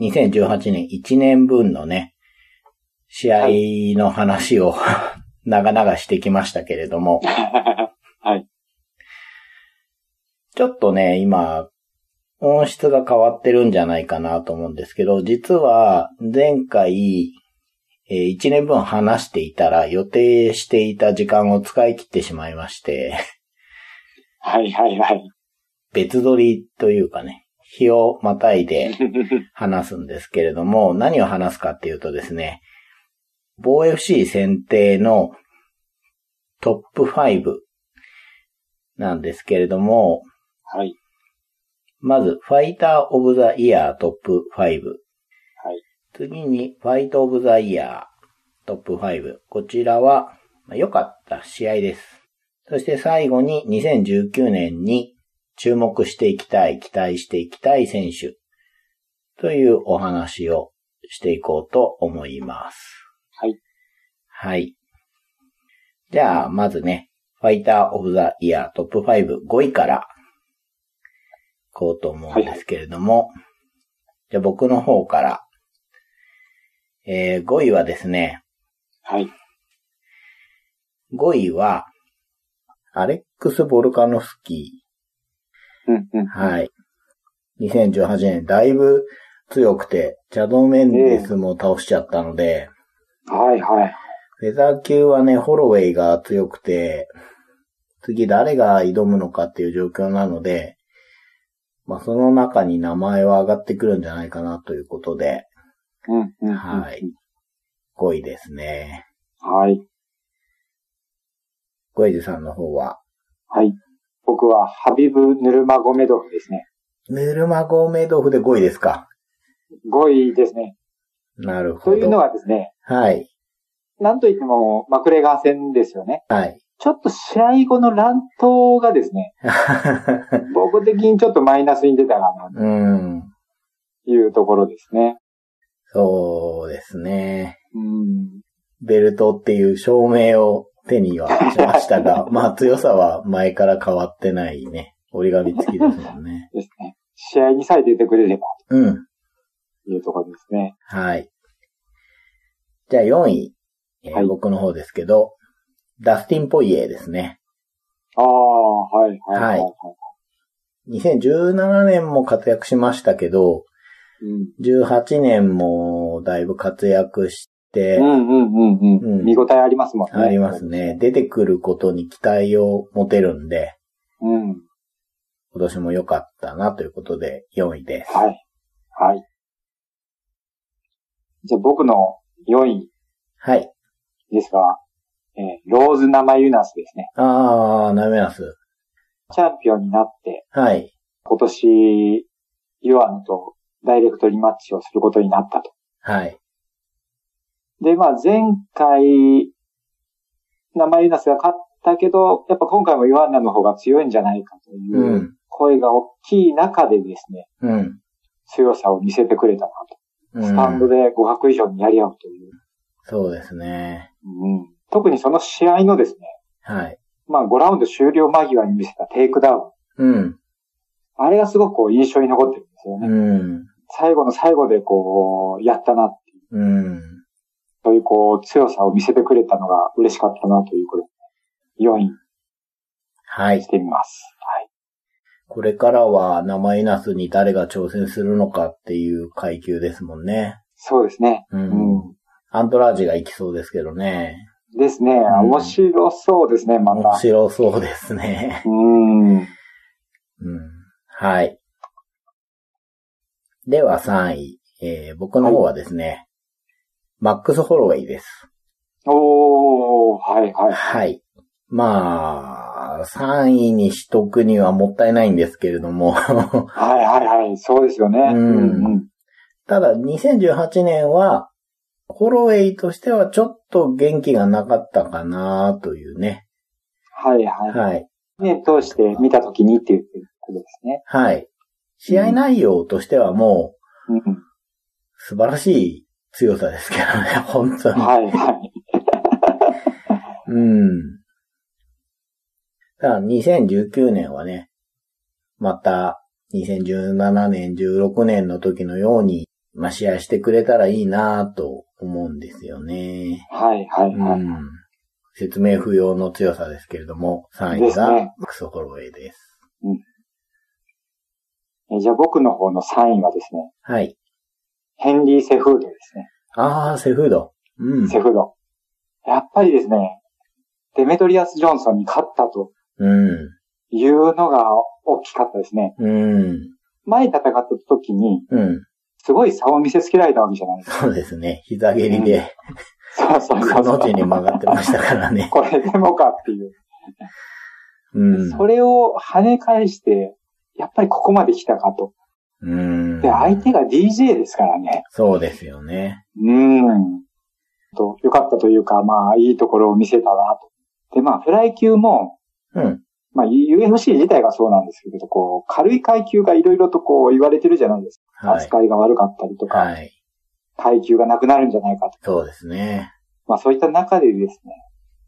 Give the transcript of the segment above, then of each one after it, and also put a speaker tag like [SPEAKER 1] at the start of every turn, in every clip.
[SPEAKER 1] 2018年1年分のね、試合の話を 長々してきましたけれども、
[SPEAKER 2] はい。
[SPEAKER 1] ちょっとね、今、音質が変わってるんじゃないかなと思うんですけど、実は前回、えー1年分話していたら予定していた時間を使い切ってしまいまして、
[SPEAKER 2] はいはい はい。
[SPEAKER 1] 別撮りというかね、日をまたいで話すんですけれども、何を話すかっていうとですね、防 FC 選定のトップ5なんですけれども、
[SPEAKER 2] はい。
[SPEAKER 1] まず、ファイター・オブ・ザ・イヤートップ5。はい。次に、ファイト・オブ・ザ・イヤートップ5。こちらは、まあ良かった試合です。そして最後に、2019年に注目していきたい、期待していきたい選手。というお話をしていこうと思います。
[SPEAKER 2] はい。
[SPEAKER 1] はい。じゃあ、まずね、ファイター・オブ・ザ・イヤートップ5、5位から、こうと思うんですけれども、じゃあ僕の方から、えー、5位はですね、
[SPEAKER 2] はい。
[SPEAKER 1] 5位は、アレックス・ボルカノフスキ
[SPEAKER 2] うんう
[SPEAKER 1] ー。
[SPEAKER 2] ん。
[SPEAKER 1] はい。2018年、だいぶ強くて、チャド・メンデスも倒しちゃったので、
[SPEAKER 2] はいはい。
[SPEAKER 1] フェザー級はね、ホロウェイが強くて、次誰が挑むのかっていう状況なので、まあその中に名前は上がってくるんじゃないかなということで、
[SPEAKER 2] うんうんうん。
[SPEAKER 1] はい。5位ですね。
[SPEAKER 2] はい。
[SPEAKER 1] 5位でさんの方は、
[SPEAKER 2] はい。僕は、ハビブ・ヌルマゴメドフですね。
[SPEAKER 1] ヌルマゴメドフで5位ですか。
[SPEAKER 2] 5位ですね。
[SPEAKER 1] なるほ
[SPEAKER 2] と
[SPEAKER 1] ど。
[SPEAKER 2] いうのはですね、
[SPEAKER 1] はい。
[SPEAKER 2] なんといっても、マクレガー戦ですよね。
[SPEAKER 1] はい。
[SPEAKER 2] ちょっと試合後の乱闘がですね、僕的にちょっとマイナスに出たかな
[SPEAKER 1] うん。
[SPEAKER 2] というところですね。
[SPEAKER 1] そうですね。
[SPEAKER 2] うん。
[SPEAKER 1] ベルトっていう証明を手にはしました が、まあ強さは前から変わってないね。折り紙付きですもんね。
[SPEAKER 2] ですね。試合にさえ出てくれれば
[SPEAKER 1] うん。
[SPEAKER 2] というところですね。
[SPEAKER 1] はい。じゃあ4位、えー
[SPEAKER 2] はい
[SPEAKER 1] 僕の方ですけど、ダスティン・ポイエーですね。
[SPEAKER 2] ああ、はいはいはい、
[SPEAKER 1] はい2017年も活躍しましたけど、
[SPEAKER 2] うん
[SPEAKER 1] 18年もだいぶ活躍して、
[SPEAKER 2] うんうんうんうん。
[SPEAKER 1] うん
[SPEAKER 2] 見応えありますもんね。
[SPEAKER 1] ありますね。出てくることに期待を持てるんで、
[SPEAKER 2] うん。
[SPEAKER 1] 今年も良かったなということで4位です。
[SPEAKER 2] はい。はい。じゃあ僕の4位
[SPEAKER 1] はい。
[SPEAKER 2] ですが、えーローズ・ナマユナスですね。
[SPEAKER 1] あー、ナメナス。
[SPEAKER 2] チャンピオンになって、
[SPEAKER 1] はい。
[SPEAKER 2] 今年、ユアンとダイレクトリマッチをすることになったと。
[SPEAKER 1] はい。
[SPEAKER 2] で、まあ前回、ナマユナスが勝ったけど、やっぱ今回もユアンナの方が強いんじゃないかと
[SPEAKER 1] う。
[SPEAKER 2] いうん声が大きい中でですね、
[SPEAKER 1] うん。
[SPEAKER 2] 強さを見せてくれたな
[SPEAKER 1] う
[SPEAKER 2] と。スタンド
[SPEAKER 1] ん、
[SPEAKER 2] で互角以上にやり合うという。
[SPEAKER 1] そうですね。
[SPEAKER 2] うん特にその試合のですね、
[SPEAKER 1] はい。
[SPEAKER 2] まあ5ラウンド終了間際に見せたテイクダウン。
[SPEAKER 1] うん。
[SPEAKER 2] あれがすごくこう印象に残ってるんですよね。
[SPEAKER 1] うん。
[SPEAKER 2] 最後の最後でこう、やったな、
[SPEAKER 1] うん。
[SPEAKER 2] というこう、強さを見せてくれたのが嬉しかったなということで、4位
[SPEAKER 1] は
[SPEAKER 2] に
[SPEAKER 1] い
[SPEAKER 2] し。てみます。はい。
[SPEAKER 1] これからは生稲スに誰が挑戦するのかっていう階級ですもんね。
[SPEAKER 2] そうですね。
[SPEAKER 1] う。
[SPEAKER 2] うんん。
[SPEAKER 1] アントラージが行きそうですけどね。
[SPEAKER 2] ですね。
[SPEAKER 1] ん
[SPEAKER 2] 面白そうですね、ま
[SPEAKER 1] 面
[SPEAKER 2] た。
[SPEAKER 1] 白そうですね。
[SPEAKER 2] うん。
[SPEAKER 1] うん。はい。では3位。えー僕の方はですね、マックス・ホロウェイです。
[SPEAKER 2] おー、はいはい。
[SPEAKER 1] はい。まあ、3位にしとくにはもったいないんですけれども。
[SPEAKER 2] はいはいはい。そうですよね。
[SPEAKER 1] うん
[SPEAKER 2] うん。
[SPEAKER 1] ただ、2018年は、ホロウェイとしてはちょっと元気がなかったかなというね。
[SPEAKER 2] はいは
[SPEAKER 1] はい。
[SPEAKER 2] い。ね、通して見たときにっていうことですね。
[SPEAKER 1] はい。試合内容としてはもう、
[SPEAKER 2] うん。
[SPEAKER 1] 素晴らしい強さですけどね、本当に。
[SPEAKER 2] はいはい。
[SPEAKER 1] うん。ただ、2019年はね、また、2017年、16年の時のように、まあ、試合してくれたらいいなと思うんですよね。
[SPEAKER 2] はい、はいうはい。
[SPEAKER 1] ん。説明不要の強さですけれども、3位
[SPEAKER 2] です
[SPEAKER 1] が
[SPEAKER 2] ね
[SPEAKER 1] クソホロウェイです。
[SPEAKER 2] えじゃあ僕の方の3位はですね、
[SPEAKER 1] はい。
[SPEAKER 2] ヘンリー・セフードですね。
[SPEAKER 1] あー、セフード。うん。
[SPEAKER 2] セフード。やっぱりですね、デメトリアス・ジョンソンに勝ったと
[SPEAKER 1] うん。
[SPEAKER 2] いうのが大きかったですね。
[SPEAKER 1] うん。
[SPEAKER 2] 前戦った時に、
[SPEAKER 1] うん。
[SPEAKER 2] すごい差を見せつけられたわけじゃないですか。
[SPEAKER 1] そうですね。膝蹴りで、
[SPEAKER 2] そうそう
[SPEAKER 1] こ
[SPEAKER 2] そうそ
[SPEAKER 1] の
[SPEAKER 2] う。
[SPEAKER 1] 字に曲がってましたからね。
[SPEAKER 2] これでもかっていう。
[SPEAKER 1] うん。
[SPEAKER 2] それを跳ね返して、やっぱりここまで来たかと。
[SPEAKER 1] うん。
[SPEAKER 2] で、相手が DJ ですからね。
[SPEAKER 1] そうですよね。
[SPEAKER 2] うん。と、良かったというか、まあ、いいところを見せたなと。で、まあ、フライ級も、
[SPEAKER 1] うん。
[SPEAKER 2] まあ、UFC 自体がそうなんですけど、こう、軽い階級がいろいろとこう言われてるじゃないですか。
[SPEAKER 1] はい。
[SPEAKER 2] 扱いが悪かったりとか、
[SPEAKER 1] はい。
[SPEAKER 2] 階級がなくなるんじゃないかと。
[SPEAKER 1] そうですね。
[SPEAKER 2] まあ、そういった中でですね、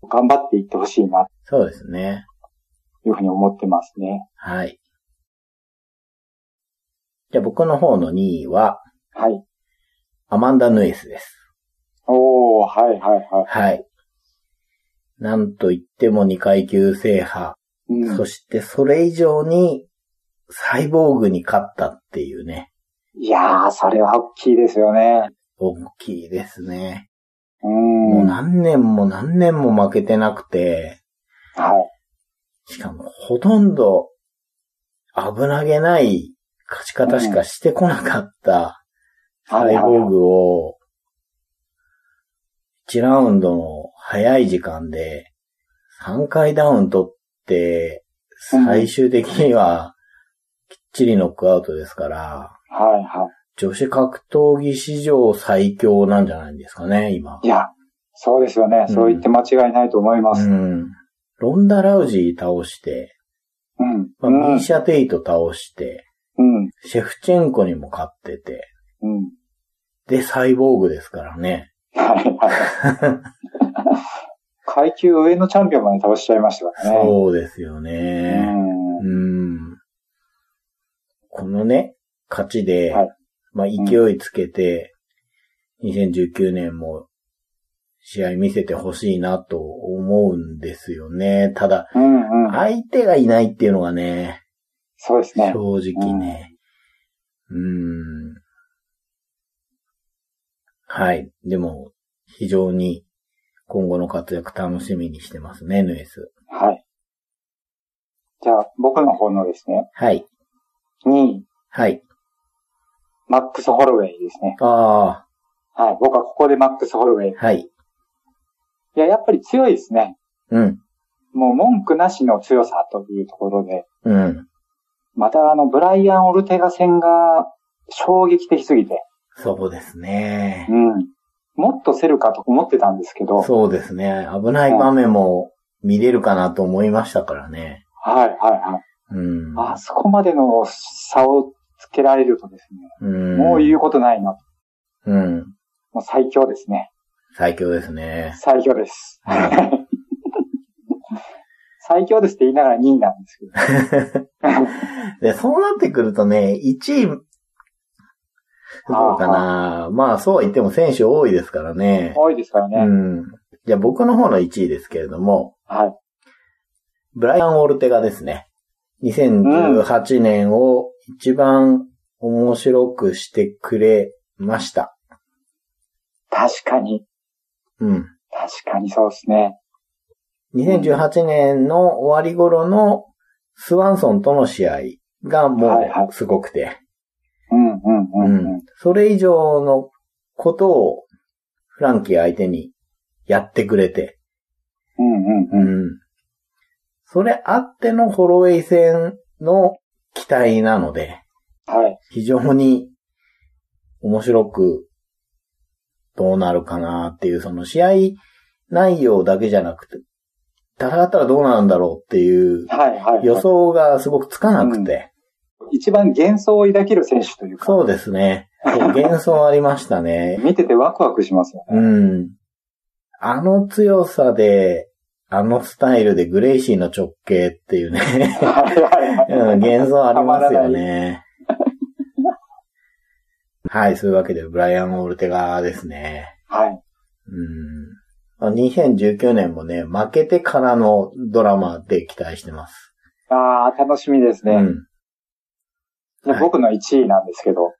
[SPEAKER 2] 頑張っていってほしいな、
[SPEAKER 1] そうですね。
[SPEAKER 2] というふうに思ってますね。
[SPEAKER 1] はい。じゃあ僕の方の2位は、
[SPEAKER 2] はい。
[SPEAKER 1] アマンダ・ヌエスです。
[SPEAKER 2] おー、はいはいはい。
[SPEAKER 1] はい。なんと言っても2階級制覇。
[SPEAKER 2] うん
[SPEAKER 1] そ。してそれ以上に、サイボーグに勝ったっていうね、
[SPEAKER 2] いやー、それは大きいですよね。
[SPEAKER 1] 大きいですね。
[SPEAKER 2] う。
[SPEAKER 1] もうん
[SPEAKER 2] はい。
[SPEAKER 1] 何年も何年も負けてなくて、しかもほとんど危なげない勝ち方しかしてこなかったサイボーグを1ラウンドの早い時間で3回ダウン取って最終的にはきっちりノックアウトですから、
[SPEAKER 2] はいは
[SPEAKER 1] 女子格闘技史上最強なんじゃないんですかね、今
[SPEAKER 2] い。い。や、そうですよね。
[SPEAKER 1] うん
[SPEAKER 2] そう言って間違いないと思いま
[SPEAKER 1] う
[SPEAKER 2] す。
[SPEAKER 1] ん。ロンダ・ラウジー倒して、
[SPEAKER 2] うん。
[SPEAKER 1] まあ、
[SPEAKER 2] う
[SPEAKER 1] ミ
[SPEAKER 2] ん
[SPEAKER 1] ー。シャ・テイト倒して、
[SPEAKER 2] うん。
[SPEAKER 1] シェフチェンコにも勝ってて、
[SPEAKER 2] うん。
[SPEAKER 1] で、サイボーグですからね。
[SPEAKER 2] はい はい。階級上のチャンピオンまで倒しちゃいましたからね。
[SPEAKER 1] そうですよ
[SPEAKER 2] う
[SPEAKER 1] ね。
[SPEAKER 2] ん。
[SPEAKER 1] うん。このね、勝ちで、
[SPEAKER 2] はい
[SPEAKER 1] まあ、勢いつけて、2019年も試合見せてほしいなと思うんですよね。ただ、
[SPEAKER 2] うんうん。
[SPEAKER 1] 相手がいないっていうのがね、
[SPEAKER 2] そうですね。
[SPEAKER 1] 正直ね。うん。はい。でも、非常に今後の活躍楽しみにしてますね、ヌエス。
[SPEAKER 2] はい。じゃあ、僕の方のですね、
[SPEAKER 1] はい。
[SPEAKER 2] 2位、
[SPEAKER 1] はい。
[SPEAKER 2] マックス・ホロウェイですね。
[SPEAKER 1] あ
[SPEAKER 2] はい。僕はここでマックス・ホロウェイ。い
[SPEAKER 1] あ、はい。
[SPEAKER 2] や、やっぱり強いですね。
[SPEAKER 1] うん。
[SPEAKER 2] もう文句なしの強さというところで、
[SPEAKER 1] うん。
[SPEAKER 2] またあの、ブライアン・オルテガ戦が衝撃的すぎて、
[SPEAKER 1] そうですね
[SPEAKER 2] う。ん。もっと競るかと思ってたんですけど、はい
[SPEAKER 1] そうですね。危ない場面も見れるかなと思いましたからね。
[SPEAKER 2] はいはい。
[SPEAKER 1] うん。
[SPEAKER 2] あそこまでの差をつけられるとですね、
[SPEAKER 1] うん、
[SPEAKER 2] もう言うことないな。
[SPEAKER 1] うん。
[SPEAKER 2] もう最強ですね。
[SPEAKER 1] 最強ですね。
[SPEAKER 2] 最強です。
[SPEAKER 1] は
[SPEAKER 2] 最強ですって言いながら2位なんですけど。
[SPEAKER 1] で、そうなってくるとね、1位、どうかな。まあ、そうは言っても選手多いですからね。
[SPEAKER 2] 多いですからね。
[SPEAKER 1] うん。じゃあ僕の方の1位ですけれども、
[SPEAKER 2] はい。
[SPEAKER 1] ブライアン・オルテガですね。2018年を一番面白くしてくれました。
[SPEAKER 2] 確かに。
[SPEAKER 1] うん。
[SPEAKER 2] 確かにそうですね。
[SPEAKER 1] 2018年の終わり頃のスワンソンとの試合が
[SPEAKER 2] はいは
[SPEAKER 1] も
[SPEAKER 2] いう
[SPEAKER 1] すごくて。
[SPEAKER 2] うんうんうん
[SPEAKER 1] う
[SPEAKER 2] うん
[SPEAKER 1] ん。それ以上のことをフランキー相手にやってくれて、
[SPEAKER 2] うんうんうん。
[SPEAKER 1] ん。それあってのホロウェイ戦の期待なので、
[SPEAKER 2] はい。
[SPEAKER 1] 非常に面白くどうなるかなっていう、その試合内容だけじゃなくて、戦ったらどうなるんだろうっていう
[SPEAKER 2] はいはい、はい。
[SPEAKER 1] 予想がすごくつかなくて、
[SPEAKER 2] 一番幻想を抱ける選手というか、
[SPEAKER 1] そうですね。幻想ありましたね。
[SPEAKER 2] 見ててワクワクしますよね。
[SPEAKER 1] うん。あの強さで、あのスタイルでグレイシーの直径っていう ね、
[SPEAKER 2] はいはいは
[SPEAKER 1] うん、
[SPEAKER 2] い。
[SPEAKER 1] 幻想ありますよね。はい、そういうわけで、ブライアン・オルテガですね。
[SPEAKER 2] はい。
[SPEAKER 1] うん。まあ2019年もね、負けてからのドラマで期待してます。
[SPEAKER 2] ああ、楽しみですね。
[SPEAKER 1] うん。
[SPEAKER 2] じゃあ
[SPEAKER 1] はい
[SPEAKER 2] 僕の1位なんですけど、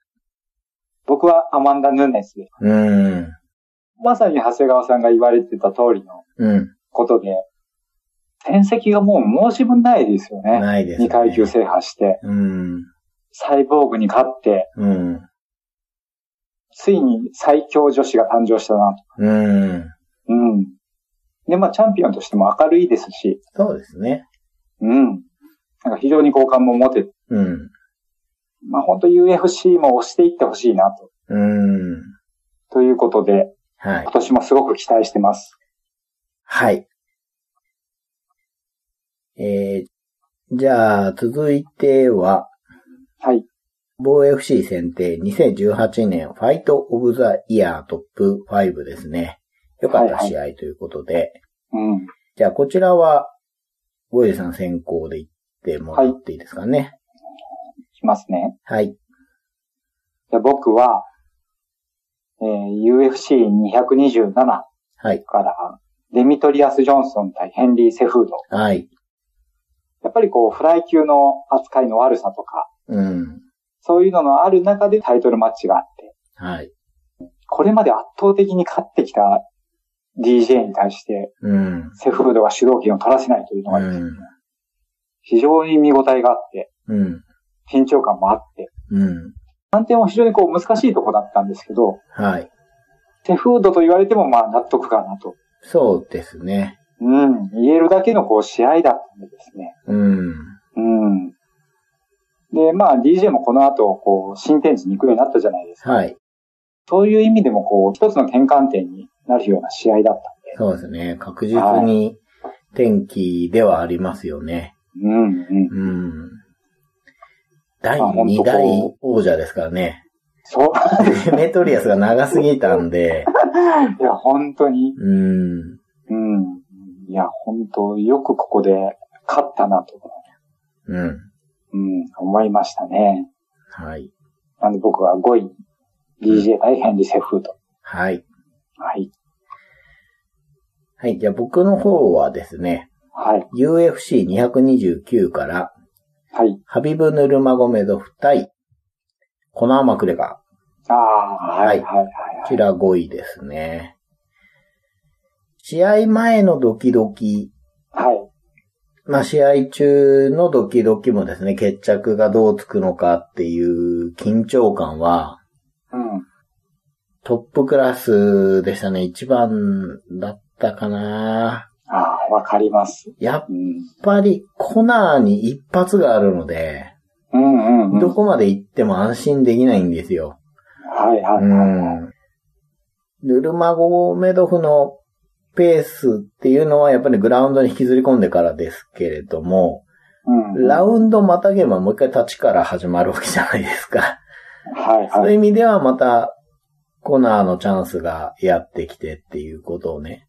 [SPEAKER 2] 僕はアマンダ・ヌネスで。
[SPEAKER 1] うん。
[SPEAKER 2] まさに長谷川さんが言われてた通りの
[SPEAKER 1] うん。
[SPEAKER 2] ことで、転籍がもう申し分ないですよね。
[SPEAKER 1] ないです、ね。
[SPEAKER 2] 2階級制覇して、
[SPEAKER 1] うん。
[SPEAKER 2] サイボーグに勝って、
[SPEAKER 1] うん。
[SPEAKER 2] ついに最強女子が誕生したなと。
[SPEAKER 1] うん。
[SPEAKER 2] うん。で、まあチャンピオンとしても明るいですし、
[SPEAKER 1] そうですね。
[SPEAKER 2] うん。なんか非常に好感も持てて、
[SPEAKER 1] うん。
[SPEAKER 2] まあ本当 UFC も押していってほしいなと。
[SPEAKER 1] うん。
[SPEAKER 2] ということで、
[SPEAKER 1] はい
[SPEAKER 2] 今。年もすごく期待してます。
[SPEAKER 1] はい。えー、じゃあ、続いては、
[SPEAKER 2] はい。
[SPEAKER 1] 防 FC 選定2018年ファイトオブザイヤートップ5ですね。良かった試合ということで、
[SPEAKER 2] うん。
[SPEAKER 1] じゃあ、こちらは、ゴイジさん先行で行ってもらっていいですかね。
[SPEAKER 2] いきますね。
[SPEAKER 1] はい。
[SPEAKER 2] で僕は、えー UFC227 か
[SPEAKER 1] はい。
[SPEAKER 2] ら、デミトリアス・ジョンソン対ヘンリー・セフード。
[SPEAKER 1] はい。
[SPEAKER 2] やっぱりこう、フライ級の扱いの悪さとか、
[SPEAKER 1] うん。
[SPEAKER 2] そういうののある中でタイトルマッチがあって、
[SPEAKER 1] はい。
[SPEAKER 2] これまで圧倒的に勝ってきた DJ に対して、
[SPEAKER 1] うん。
[SPEAKER 2] セフードが主導権を取らせないというのが、
[SPEAKER 1] うん。
[SPEAKER 2] 非常に見応えがあって、
[SPEAKER 1] うん。
[SPEAKER 2] 緊張感もあって、
[SPEAKER 1] うん。
[SPEAKER 2] 判定も非常にこう難しいとこだったんですけど、
[SPEAKER 1] はい。
[SPEAKER 2] セフードと言われてもまあ納得かなと。
[SPEAKER 1] そうですね。
[SPEAKER 2] うん、言えるだけのこう試合だったんですね。
[SPEAKER 1] うん。
[SPEAKER 2] うん。で、まあ DJ もこの後、こう、新天地に行くようになったじゃないですか。
[SPEAKER 1] はい。
[SPEAKER 2] そういう意味でも、こう、一つの転換点になるような試合だった
[SPEAKER 1] そうですね。確実に天気ではありますよね。
[SPEAKER 2] んで。うん、うん。
[SPEAKER 1] うん。第
[SPEAKER 2] あ本当
[SPEAKER 1] 2代
[SPEAKER 2] こ
[SPEAKER 1] 王者ですからね。
[SPEAKER 2] そう。
[SPEAKER 1] デメトリアスが長すぎたんで、
[SPEAKER 2] いや、本当に。
[SPEAKER 1] うん。
[SPEAKER 2] うん。いや、本当、よくここで勝ったなと、
[SPEAKER 1] うん。
[SPEAKER 2] うん、思いましたね。
[SPEAKER 1] はい。
[SPEAKER 2] なんで僕は5位、DJ 対ヘンリー・セフード。
[SPEAKER 1] はい。
[SPEAKER 2] はい。
[SPEAKER 1] はい。じゃあ僕の方はですね、
[SPEAKER 2] はい。
[SPEAKER 1] UFC229 から、
[SPEAKER 2] はい。
[SPEAKER 1] ハビブ・ヌルマゴメドフ対、コナー・マクレガ
[SPEAKER 2] ああ、はい、はい、はい
[SPEAKER 1] ー。こ
[SPEAKER 2] は
[SPEAKER 1] ち
[SPEAKER 2] い。
[SPEAKER 1] ら5位ですね。試合前のドキドキ、
[SPEAKER 2] はい。
[SPEAKER 1] まあ、試合中のドキドキもですね、決着がどうつくのかっていう緊張感は、
[SPEAKER 2] うん。
[SPEAKER 1] トップクラスでしたね。一番だったかな。
[SPEAKER 2] ああ、わかります。
[SPEAKER 1] やっ
[SPEAKER 2] うん。
[SPEAKER 1] ぱりコナーに一発があるので、
[SPEAKER 2] うんうんうん。
[SPEAKER 1] どこまで行っても安心できないんですよ。
[SPEAKER 2] はいはいはい。
[SPEAKER 1] うんヌルマゴメドフのペースっていうのはやっぱりグラウンドに引きずり込んでからですけれども、
[SPEAKER 2] うんうん
[SPEAKER 1] ラウンドまたげばもう一回立ちから始まるわけじゃないですか。
[SPEAKER 2] はい
[SPEAKER 1] そうい
[SPEAKER 2] は
[SPEAKER 1] う
[SPEAKER 2] い。
[SPEAKER 1] 意味ではまたコナーのチャンスがやってきてっていうことをね、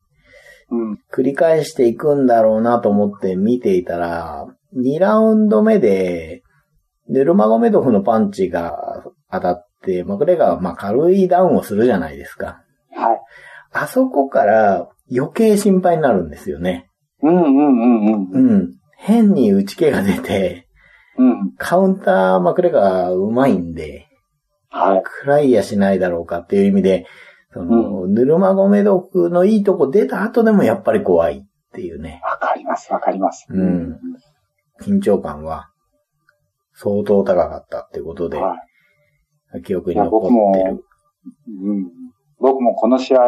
[SPEAKER 2] うん。
[SPEAKER 1] 繰り返していくんだろうなと思って見ていたら、2ラウンド目で、ヌルマゴメドフのパンチが当たって、マクレガーはまあ軽いダウンをするじゃないですか。
[SPEAKER 2] はい。
[SPEAKER 1] あそこから余計心配になるんですよね。
[SPEAKER 2] うんうんうんう。
[SPEAKER 1] うんん。変に打ち気が出て、
[SPEAKER 2] うん。
[SPEAKER 1] カウンターまくれがうまいんで、
[SPEAKER 2] はい。
[SPEAKER 1] クライやしないだろうかっていう意味で、その、ヌルマゴメドクのいいとこ出た後でもやっぱり怖いっていうね、
[SPEAKER 2] わかりますわかります。
[SPEAKER 1] うん緊張感は相当高かったってことで、
[SPEAKER 2] は
[SPEAKER 1] 記憶
[SPEAKER 2] い。い
[SPEAKER 1] に
[SPEAKER 2] や、僕
[SPEAKER 1] 残って
[SPEAKER 2] も
[SPEAKER 1] る。、
[SPEAKER 2] うん。僕もこの試合、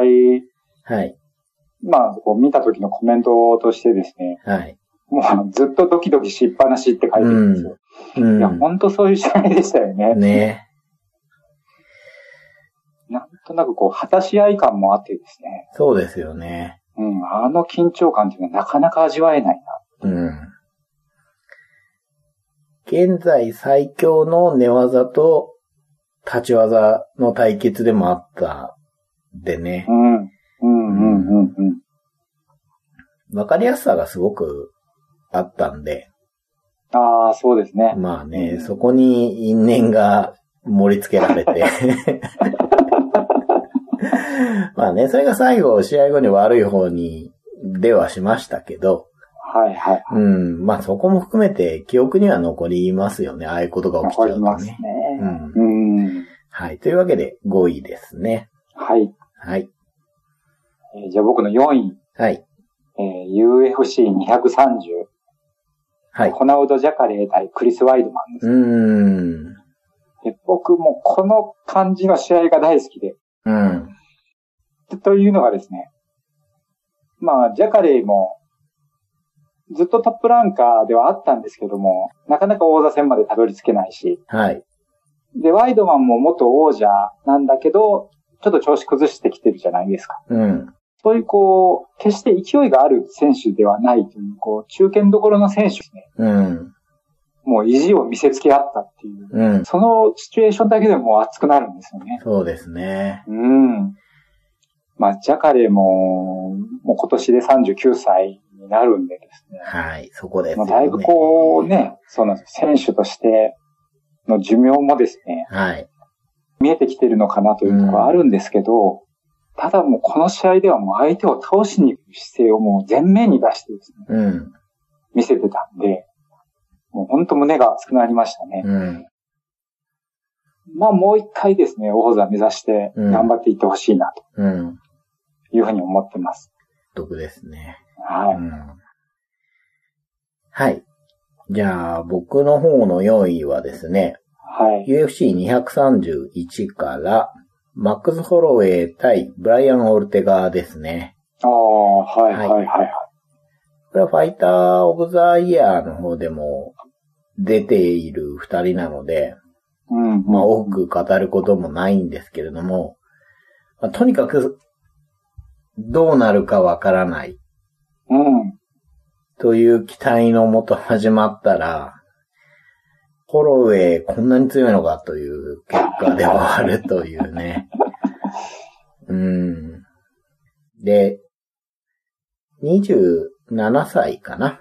[SPEAKER 1] はい、
[SPEAKER 2] まあ、こう見た時のコメントとしてですね、
[SPEAKER 1] はい。
[SPEAKER 2] もうずっとドキドキしっぱなしって書いてるんですよ。
[SPEAKER 1] う
[SPEAKER 2] いや、
[SPEAKER 1] ん。
[SPEAKER 2] ほんとそういう試合でしたよね。
[SPEAKER 1] ね
[SPEAKER 2] なんとなくこう、果たし合い感もあってですね。
[SPEAKER 1] そうですよね。
[SPEAKER 2] うん。あの緊張感っていうのはなかなか味わえない
[SPEAKER 1] うん。現在最強の寝技と立ち技の対決でもあったんでね
[SPEAKER 2] な。う、ん。うんうんうんうん。
[SPEAKER 1] わかりやすさがすごくあったんで、
[SPEAKER 2] ああ、そうですね。
[SPEAKER 1] まあね、
[SPEAKER 2] うん
[SPEAKER 1] そこに因縁が盛り付けられて。 まあね、それが最後、試合後に悪い方に、ではしましたけど、
[SPEAKER 2] はいはい。
[SPEAKER 1] うん、まあそこも含めて記憶には残りますよね。ああいうことが起きちゃ
[SPEAKER 2] 残
[SPEAKER 1] う
[SPEAKER 2] り
[SPEAKER 1] と
[SPEAKER 2] ます
[SPEAKER 1] ね
[SPEAKER 2] ね。。
[SPEAKER 1] うん
[SPEAKER 2] うん。
[SPEAKER 1] はい。というわけで、5位ですね。
[SPEAKER 2] はい。
[SPEAKER 1] はい。
[SPEAKER 2] えーじゃあ僕の4位、
[SPEAKER 1] はい。
[SPEAKER 2] えー UFC230、
[SPEAKER 1] はい。
[SPEAKER 2] ホナウド・ジャカレー対クリス・ワイドマンです
[SPEAKER 1] う。ーん。
[SPEAKER 2] で僕もこの感じの試合が大好きで、
[SPEAKER 1] うん。
[SPEAKER 2] というのがですね、まあ、ジャカレイも、ずっとトップランカーではあったんですけども、なかなか王座戦までたどり着けないし、
[SPEAKER 1] はい。
[SPEAKER 2] で、ワイドマンも元王者なんだけど、ちょっと調子崩してきてるじゃないですか。
[SPEAKER 1] うん。
[SPEAKER 2] そういうこう、決して勢いがある選手ではないという、こう、中堅どころの選手ですね。
[SPEAKER 1] うん。
[SPEAKER 2] もう意地を見せつけ合ったっていう。
[SPEAKER 1] うん。
[SPEAKER 2] そのシチュエーションだけでもう熱くなるんですよね。
[SPEAKER 1] そうですね。
[SPEAKER 2] うん。まあ、ジャカレも、もう今年で39歳になるんでですね。
[SPEAKER 1] はい。そこです
[SPEAKER 2] ま
[SPEAKER 1] よ
[SPEAKER 2] あ、
[SPEAKER 1] ね。
[SPEAKER 2] だいぶこうね、その選手としての寿命もですね、
[SPEAKER 1] はい。
[SPEAKER 2] 見えてきてるのかなというところはあるんですけど、ただもうこの試合ではもう相手を倒しに行く姿勢をもう全面に出してですね、
[SPEAKER 1] うん。
[SPEAKER 2] 見せてたんで、もう本当胸が熱くなりましたね。
[SPEAKER 1] うん。
[SPEAKER 2] まあもう一回ですね、王座目指して頑張っていってほしいなと
[SPEAKER 1] うん。
[SPEAKER 2] いうふうに思ってます。
[SPEAKER 1] 得ですね。
[SPEAKER 2] はい。
[SPEAKER 1] うん。はい。じゃあ、僕の方の4位はですね、
[SPEAKER 2] はい。
[SPEAKER 1] UFC231 から、マックス・ホロウェイ対ブライアン・オルテガーですね。
[SPEAKER 2] ああ、はい
[SPEAKER 1] は
[SPEAKER 2] はいいはいはい。
[SPEAKER 1] これはファイター・オブ・ザ・イヤーの方でも出ている二人なので、
[SPEAKER 2] うん。
[SPEAKER 1] まあ多く語ることもないんですけれども、まあとにかくどうなるかわからない
[SPEAKER 2] うん。
[SPEAKER 1] という期待のもと始まったら、ホロウェイこんなに強いのかという結果で終わるというね。うん。で、27歳かな。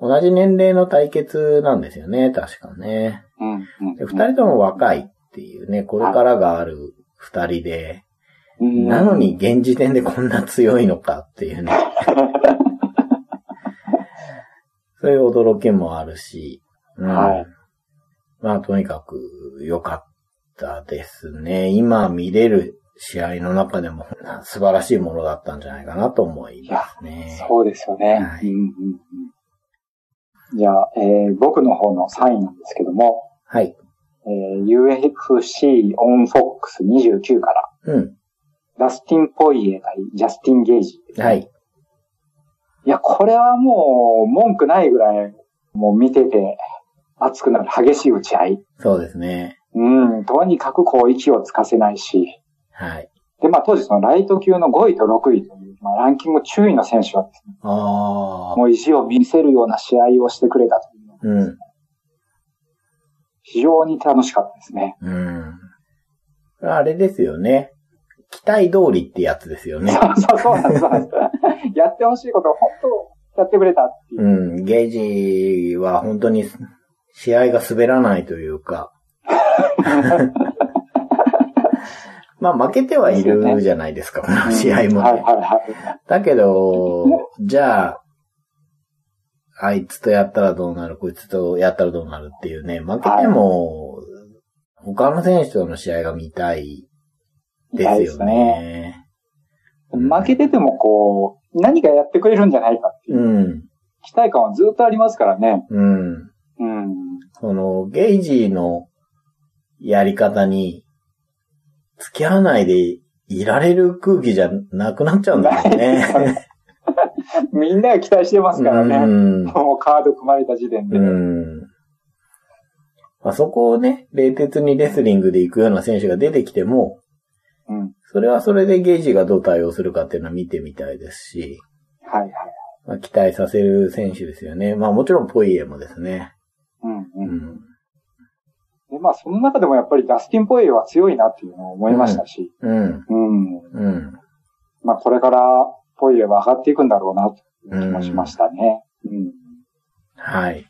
[SPEAKER 1] 同じ年齢の対決なんですよね、確かね。
[SPEAKER 2] うん。うん
[SPEAKER 1] で二人とも若いっていうね、これからがある二人で、
[SPEAKER 2] うん
[SPEAKER 1] なのに現時点でこんな強いのかっていう ね。そういう驚きもあるし、うん
[SPEAKER 2] はい
[SPEAKER 1] まあ、とにかく良かったですね。今見れる試合の中でも素晴らしいものだったんじゃないかなと思いますね。
[SPEAKER 2] そうですよね。
[SPEAKER 1] はい
[SPEAKER 2] うんうんうんじゃあ、えー僕の方の3位なんですけども、
[SPEAKER 1] はい。
[SPEAKER 2] えー UFC オンフォックス29から、
[SPEAKER 1] うん。
[SPEAKER 2] ダスティン・ポイエ対ジャスティン・ゲージ。
[SPEAKER 1] はい。
[SPEAKER 2] いや、これはもう文句ないぐらい、もう見てて熱くなる激しい打ち合い。
[SPEAKER 1] そうですね。
[SPEAKER 2] うん、とにかくこう息をつかせないし、
[SPEAKER 1] はい。
[SPEAKER 2] で、まあ当時そのライト級の5位と6位という、まあランキング注意の選手がですね、
[SPEAKER 1] ああ。
[SPEAKER 2] もう意地を見せるような試合をしてくれたというのは
[SPEAKER 1] うん。
[SPEAKER 2] 非常に楽しかったですね。
[SPEAKER 1] うん。これはあれですよね。期待通りってやつですよね。
[SPEAKER 2] そうそうそうなんです。そうなんですやってほしいことを本当やってくれたっていう。
[SPEAKER 1] うん、ゲージは本当に試合が滑らないという か。まあ負けてはいるじゃないですか、この試合も、
[SPEAKER 2] はいはいはい。
[SPEAKER 1] だけど、じゃあ、あいつとやったらどうなる、こいつとやったらどうなるっていうね、負けても、他の選手との試合が見たいです
[SPEAKER 2] 見たいで
[SPEAKER 1] よ
[SPEAKER 2] す
[SPEAKER 1] ね。
[SPEAKER 2] 負けててもこう、何かやってくれるんじゃないかっていうう。
[SPEAKER 1] ん、
[SPEAKER 2] 期待感はずっとありますからね。
[SPEAKER 1] うん。
[SPEAKER 2] うん。
[SPEAKER 1] その、ゲイジーのやり方に、付き合わないでいられる空気じゃなくなっちゃうんだよね。
[SPEAKER 2] みんなが期待してますから
[SPEAKER 1] う
[SPEAKER 2] ね。
[SPEAKER 1] ん。
[SPEAKER 2] もうカード組まれた時点で。
[SPEAKER 1] うん。まあ、そこをね、冷徹にレスリングで行くような選手が出てきても、
[SPEAKER 2] うん
[SPEAKER 1] それはそれでゲイジーがどう対応するかっていうのは見てみたいですし、
[SPEAKER 2] はいはい。
[SPEAKER 1] まあ、期待させる選手ですよね。まあもちろんポイエもですね。
[SPEAKER 2] うん
[SPEAKER 1] う
[SPEAKER 2] うん。
[SPEAKER 1] ん。
[SPEAKER 2] で、まあその中でもやっぱりダスティン・ポエイは強いなっていうのを思いましたし。
[SPEAKER 1] うん。
[SPEAKER 2] うん。
[SPEAKER 1] うん。
[SPEAKER 2] まあこれからポイエは上がっていくんだろうなという気もしましたね。うん。
[SPEAKER 1] はい。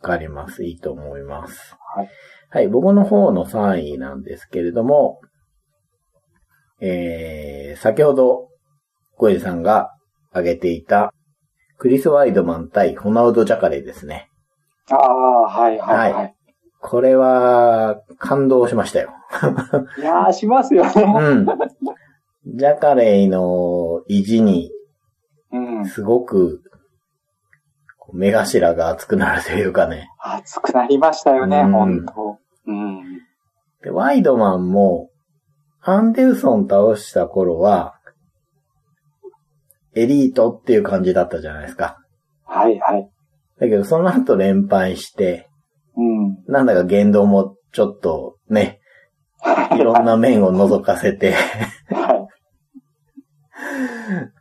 [SPEAKER 1] わかります。いいと思います。
[SPEAKER 2] はい。
[SPEAKER 1] はい、僕の方の3位なんですけれども、えー、先ほど、小江さんが挙げていた、クリス・ワイドマン対ホナウド・ジャカレーですね。
[SPEAKER 2] ああ、はいはいは。
[SPEAKER 1] はいこれは、感動しましたよ。
[SPEAKER 2] い、やー、しますよね。
[SPEAKER 1] うん。ジャカレイの意地に、
[SPEAKER 2] うん。
[SPEAKER 1] すごく、こう目頭が熱くなるというかね。
[SPEAKER 2] 熱くなりましたよね、
[SPEAKER 1] うん
[SPEAKER 2] 本当うん。
[SPEAKER 1] で、ワイドマンも、アンデルソン倒した頃は、エリートっていう感じだったじゃないですか。
[SPEAKER 2] はいはい。
[SPEAKER 1] だけど、その後連敗して、
[SPEAKER 2] うん。
[SPEAKER 1] なんだか言動もちょっとね、いろんな面を覗かせて、
[SPEAKER 2] は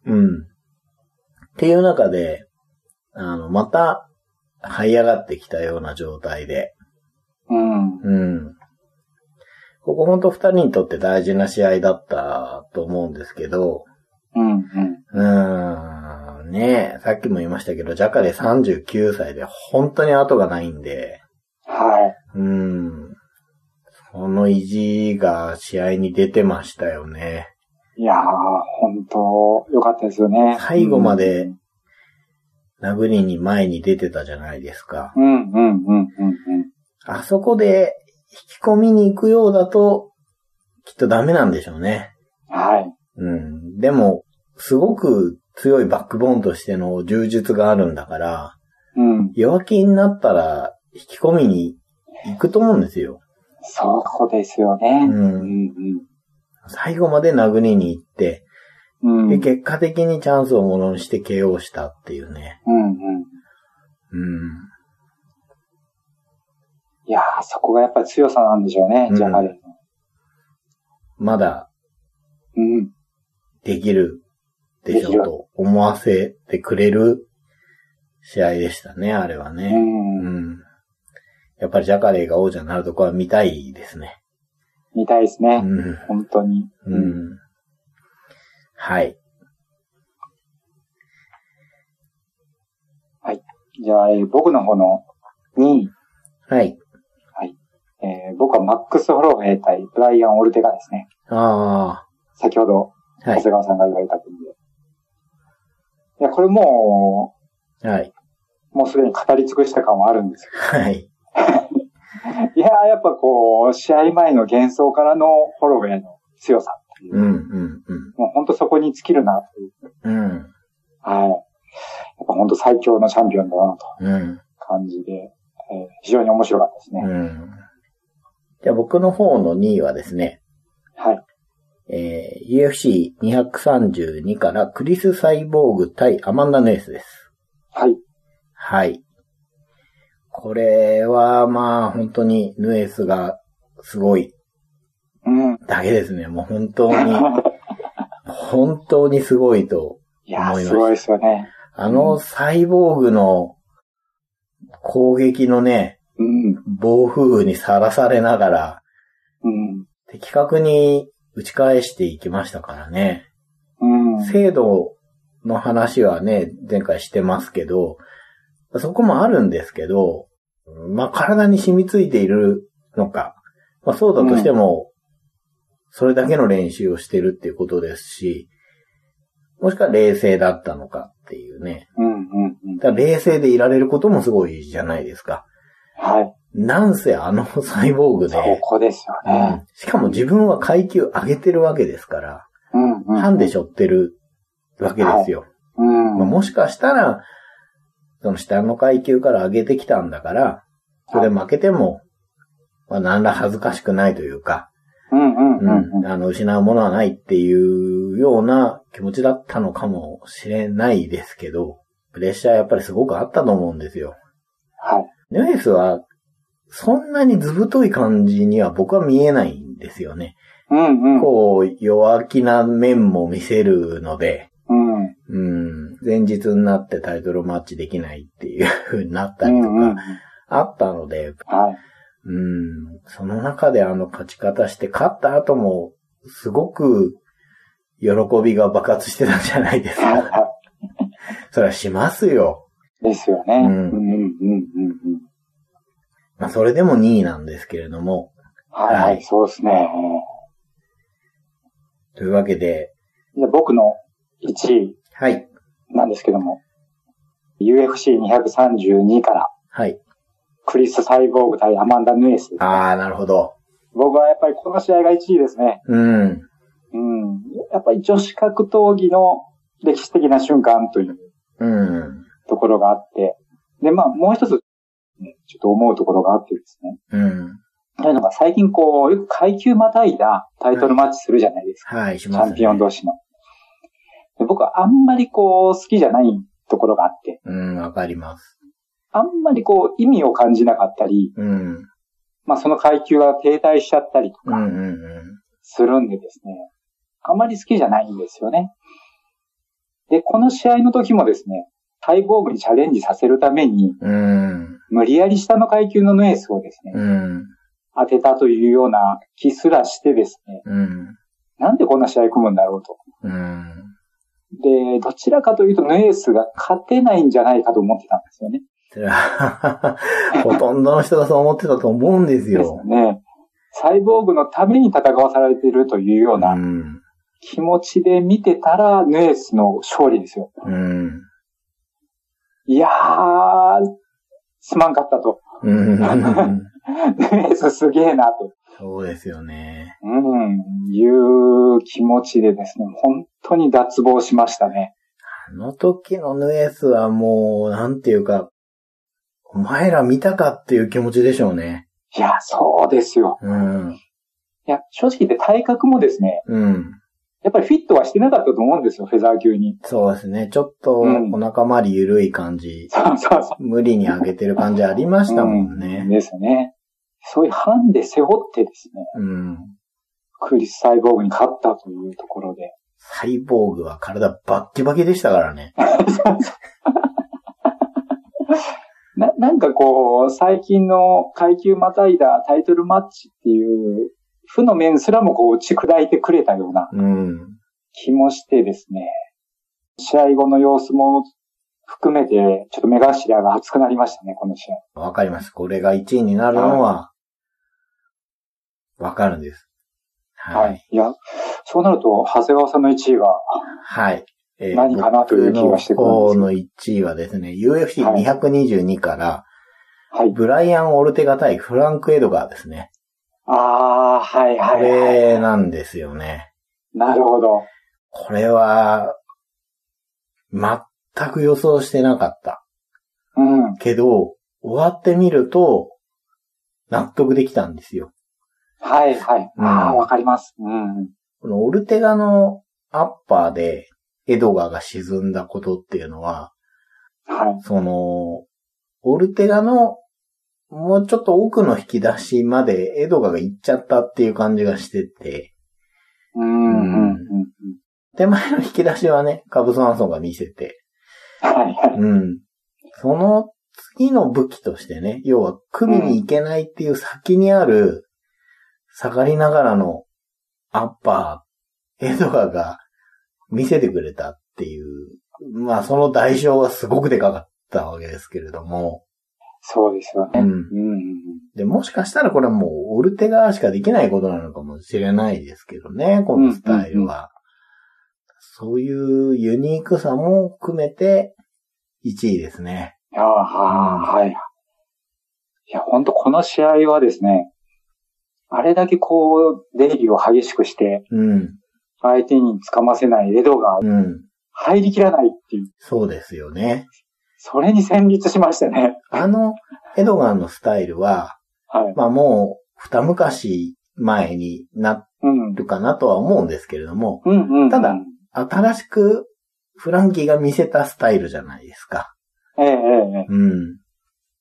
[SPEAKER 1] うん。っていう中で、あの、また、這い上がってきたような状態で、
[SPEAKER 2] い。うん。
[SPEAKER 1] うん。ここほんと二人にとって大事な試合だったと思うんですけど、
[SPEAKER 2] うん。うん。
[SPEAKER 1] うーん、ねえ、さっきも言いましたけど、ジャカで39歳で本当に後がないんで、
[SPEAKER 2] はい。
[SPEAKER 1] うん。その意地が試合に出てましたよね。
[SPEAKER 2] いやー、本当良かったですよね。
[SPEAKER 1] 最後まで殴りに前に出てたじゃないですか。
[SPEAKER 2] うん。うん、うん、うん、うん。うん
[SPEAKER 1] あそこで引き込みに行くようだと、きっとダメなんでしょうね。
[SPEAKER 2] はい。
[SPEAKER 1] うん。でも、すごく強いバックボーンとしての柔術があるんだから、
[SPEAKER 2] うん。
[SPEAKER 1] 弱気になったら引き込みに行くと思うんですよ。
[SPEAKER 2] そこですよね。
[SPEAKER 1] う。
[SPEAKER 2] うんん、
[SPEAKER 1] 最後まで殴りに行って、
[SPEAKER 2] うん。う
[SPEAKER 1] で、
[SPEAKER 2] ん。
[SPEAKER 1] 結果的にチャンスをものにして KO したっていうね。
[SPEAKER 2] うん、うん。
[SPEAKER 1] うん。
[SPEAKER 2] いやー、そこがやっぱり強さなんでしょうね、
[SPEAKER 1] うん
[SPEAKER 2] ジャガレーの。
[SPEAKER 1] まだ
[SPEAKER 2] うん。
[SPEAKER 1] できるでし
[SPEAKER 2] でき
[SPEAKER 1] ょ
[SPEAKER 2] る
[SPEAKER 1] うと思わせてくれる試合でしたね、あれはね。
[SPEAKER 2] う。
[SPEAKER 1] うんん。やっぱりジャカレーが王者になるとこは見たいですね。
[SPEAKER 2] 見たいです
[SPEAKER 1] う
[SPEAKER 2] ね。
[SPEAKER 1] ん。
[SPEAKER 2] 本当に。
[SPEAKER 1] う。ん。はい。
[SPEAKER 2] じゃあ、えー僕の方の2位。
[SPEAKER 1] はい。
[SPEAKER 2] えー僕はマックス・ホロウェイ対ブライアン・オルテガですね。
[SPEAKER 1] あ
[SPEAKER 2] 先ほど、
[SPEAKER 1] あ。
[SPEAKER 2] 長
[SPEAKER 1] は
[SPEAKER 2] 谷川さんが言われた分で。いや、これも
[SPEAKER 1] い。はい。
[SPEAKER 2] う、もうすでに語り尽くした感はあるんです
[SPEAKER 1] はい。
[SPEAKER 2] けど。いやー、やっぱこう、試合前の幻想からのホロウェイの強さっていう。
[SPEAKER 1] うん、うん、うん。
[SPEAKER 2] もう本当そこに尽きるなという。
[SPEAKER 1] うん、
[SPEAKER 2] はい。やっぱ本当最強のチャンピオンだなと
[SPEAKER 1] うん、
[SPEAKER 2] 感じで、えー非常に面白かったですね。
[SPEAKER 1] うん。じゃあ僕の方の2位はですね、
[SPEAKER 2] はい。
[SPEAKER 1] えー、UFC232 からクリス・サイボーグ対アマンダ・ヌエスです。
[SPEAKER 2] はい。
[SPEAKER 1] はい。これは、まあ、本当に、ヌエスがすごい
[SPEAKER 2] うん。
[SPEAKER 1] だけですね。もう本当に、本当にすごいと。
[SPEAKER 2] いや
[SPEAKER 1] 思いました
[SPEAKER 2] ー、すごいですよね。
[SPEAKER 1] あのサイボーグの攻撃のね、
[SPEAKER 2] うん。
[SPEAKER 1] 暴風雨にさらされながら、
[SPEAKER 2] うん。
[SPEAKER 1] 的確に打ち返していきましたからね。
[SPEAKER 2] うん。
[SPEAKER 1] 精度の話はね、前回してますけど、そこもあるんですけど、まあ、体に染みついているのか。まあ、そうだとしても、それだけの練習をしてるっていうことですし、もしくは冷静だったのかっていうね。
[SPEAKER 2] うん。うん。うん。
[SPEAKER 1] だから冷静でいられることもすごいじゃないですか。
[SPEAKER 2] はい。
[SPEAKER 1] なんせあのサイボーグで、
[SPEAKER 2] そこですよ
[SPEAKER 1] う
[SPEAKER 2] ね。
[SPEAKER 1] んしかも自分は階級上げてるわけですから、
[SPEAKER 2] うん。うん
[SPEAKER 1] ハンデ背負ってるわけですよ。
[SPEAKER 2] うん。
[SPEAKER 1] まあ、もしかしたら、その下の階級から上げてきたんだから、それで負けても、まあ、何ら恥ずかしくないというか、
[SPEAKER 2] うんうんう
[SPEAKER 1] うん
[SPEAKER 2] うん
[SPEAKER 1] ん、あの、失うものはないっていうような気持ちだったのかもしれないですけど、プレッシャーやっぱりすごくあったと思うんですよ。
[SPEAKER 2] はい。
[SPEAKER 1] ヌエスは、そんなに図太い感じには僕は見えないんですよね。
[SPEAKER 2] うんうん。
[SPEAKER 1] こう、弱気な面も見せるので、
[SPEAKER 2] うん。うん
[SPEAKER 1] うん、前日になってタイトルマッチできないっていう風になった
[SPEAKER 2] う
[SPEAKER 1] りと
[SPEAKER 2] んうん
[SPEAKER 1] か、あったので、
[SPEAKER 2] はい。
[SPEAKER 1] うん、その中であの勝ち方して、勝った後も、すごく、喜びが爆発してたじゃないです
[SPEAKER 2] はい
[SPEAKER 1] か。
[SPEAKER 2] は
[SPEAKER 1] それはしますよ。
[SPEAKER 2] い。ですよね。
[SPEAKER 1] う
[SPEAKER 2] うんんうんうんうんうん。
[SPEAKER 1] まあ、それでも2位なんですけれども、
[SPEAKER 2] はい、は
[SPEAKER 1] はい
[SPEAKER 2] い、そうですね。
[SPEAKER 1] というわけで、
[SPEAKER 2] じゃあ僕の1位
[SPEAKER 1] はい、
[SPEAKER 2] なんですけども、UFC232 から、
[SPEAKER 1] はい。
[SPEAKER 2] クリス・サイボーグ対アマンダ・ヌエス。
[SPEAKER 1] あー、なるほど。
[SPEAKER 2] 僕はやっぱりこの試合が1位ですね。
[SPEAKER 1] うん。
[SPEAKER 2] うん。やっぱり女子格闘技の歴史的な瞬間という
[SPEAKER 1] うん。
[SPEAKER 2] ところがあって、で、まあ、もう一つ、ねちょっと思うところがあってですね。
[SPEAKER 1] うん。
[SPEAKER 2] というのが最近こう、よく階級またいだタイトルマッチするじゃないですか。
[SPEAKER 1] はい、し
[SPEAKER 2] チ
[SPEAKER 1] ます、
[SPEAKER 2] ャンピオン。同士の。で僕はあんまりこう、好きじゃないところがあって、
[SPEAKER 1] うん、わかります。
[SPEAKER 2] あんまりこう、意味を感じなかったり、
[SPEAKER 1] うん。うん
[SPEAKER 2] まあ、その階級が停滞しちゃったりと
[SPEAKER 1] うん
[SPEAKER 2] か
[SPEAKER 1] うん。
[SPEAKER 2] するんでですね、あまり好きじゃないんですよね。で、この試合の時もですね、サイボーグにチャレンジさせるために、
[SPEAKER 1] うん。
[SPEAKER 2] 無理やり下の階級のヌエスをですね、
[SPEAKER 1] うん。
[SPEAKER 2] 当てたというような気すらしてですね、
[SPEAKER 1] うん。
[SPEAKER 2] なんでこんな試合組むんだろうと。
[SPEAKER 1] うん。
[SPEAKER 2] で、どちらかというとヌエスが勝てないんじゃないかと思ってたんですよね。
[SPEAKER 1] それは ほとんどの人がそう思ってたと思うんです
[SPEAKER 2] ですよ
[SPEAKER 1] よ。
[SPEAKER 2] ね。サイボーグのために戦わされているというよう
[SPEAKER 1] う。
[SPEAKER 2] なん気持ちで見てたら、ヌエスの勝利ですよ。
[SPEAKER 1] うん。
[SPEAKER 2] いやー、すまんかったと。
[SPEAKER 1] うん。
[SPEAKER 2] ヌエスすげえなと。
[SPEAKER 1] そうですよね。
[SPEAKER 2] うん、いう気持ちでですね、本当に脱帽しましたね。
[SPEAKER 1] あの時のヌエスはもう、なんていうか、お前ら見たかっていう気持ちでしょうね。
[SPEAKER 2] いや、そうですよ。
[SPEAKER 1] うん。
[SPEAKER 2] いや、正直言って体格もですね、
[SPEAKER 1] うん。
[SPEAKER 2] やっぱりフィットはしてなかったと思うんですよ、フェザー級に。
[SPEAKER 1] そうですね。ちょっと、
[SPEAKER 2] うん
[SPEAKER 1] お腹周り緩い感じ、
[SPEAKER 2] そうそうそ
[SPEAKER 1] 無理に上げてる感じありま
[SPEAKER 2] う。
[SPEAKER 1] したもん
[SPEAKER 2] う
[SPEAKER 1] ね。
[SPEAKER 2] ですね。そういうハンで背負ってですね、
[SPEAKER 1] うん。
[SPEAKER 2] クリス・サイボーグに勝ったというところで。
[SPEAKER 1] サイボーグは体バッキバキでしたからね。
[SPEAKER 2] な、なんかこう、最近の階級またいだタイトルマッチっていう、負の面すらもこう打ち砕いてくれたような
[SPEAKER 1] うん。
[SPEAKER 2] 気もしてですね、試合後の様子も含めて、ちょっと目頭が熱くなりましたね、この試合。
[SPEAKER 1] わかります。これが1位になるのは、わかるんです。は。
[SPEAKER 2] はいい。いや、そうなると、長谷川さんの1位は、
[SPEAKER 1] はい。え
[SPEAKER 2] 何かなという気がしてくるんです
[SPEAKER 1] 僕の方
[SPEAKER 2] けど
[SPEAKER 1] の1位はですね、UFC222 から、
[SPEAKER 2] はい。
[SPEAKER 1] ブライアン・オルテガ対フランク・エドガーですね。
[SPEAKER 2] あー、はい
[SPEAKER 1] こ
[SPEAKER 2] はい、はい。
[SPEAKER 1] れなんですよね。
[SPEAKER 2] なるほど。
[SPEAKER 1] これは、全く予想してなかった。
[SPEAKER 2] うん。
[SPEAKER 1] けど、終わってみると、納得できたんですよ。
[SPEAKER 2] はいはい。
[SPEAKER 1] うん
[SPEAKER 2] あー、わかります。うん。
[SPEAKER 1] このオルテガのアッパーでエドガーが沈んだことっていうのは、
[SPEAKER 2] はい。
[SPEAKER 1] その、オルテガのもうちょっと奥の引き出しまでエドガーが行っちゃったっていう感じがしてて、
[SPEAKER 2] うん、うん、うん。うん
[SPEAKER 1] 手前の引き出しはね、カブソアンソンが見せて、
[SPEAKER 2] はいはい。
[SPEAKER 1] うん。その次の武器としてね、要は首に行けないっていう先にある、下がりながらのアッパー、エドガーが見せてくれたっていう、まあその代償はすごくでかかったわけですけれども、
[SPEAKER 2] そうですよね。
[SPEAKER 1] う
[SPEAKER 2] うんん。うんうん
[SPEAKER 1] で、もしかしたらこれはもうオルテガーしかできないことなのかもしれないですけどね、このスタイルは。そういうユニークさも含めて1位ですね。
[SPEAKER 2] いやーはーはい。いや、本当この試合はですね、あれだけこう、出入りを激しくして、
[SPEAKER 1] うん。
[SPEAKER 2] 相手につかませないエドが
[SPEAKER 1] うん。
[SPEAKER 2] 入りきらないっていう、
[SPEAKER 1] そうですよね。
[SPEAKER 2] それに戦慄しましたね。
[SPEAKER 1] あの、エドガーのスタイルは、
[SPEAKER 2] はい。
[SPEAKER 1] まあもう、二昔前にな
[SPEAKER 2] うん。
[SPEAKER 1] るかなとは思うんですけれども、
[SPEAKER 2] うんうん。
[SPEAKER 1] ただ、新しくフランキーが見せたスタイルじゃないですか。
[SPEAKER 2] ええええええ。
[SPEAKER 1] うん。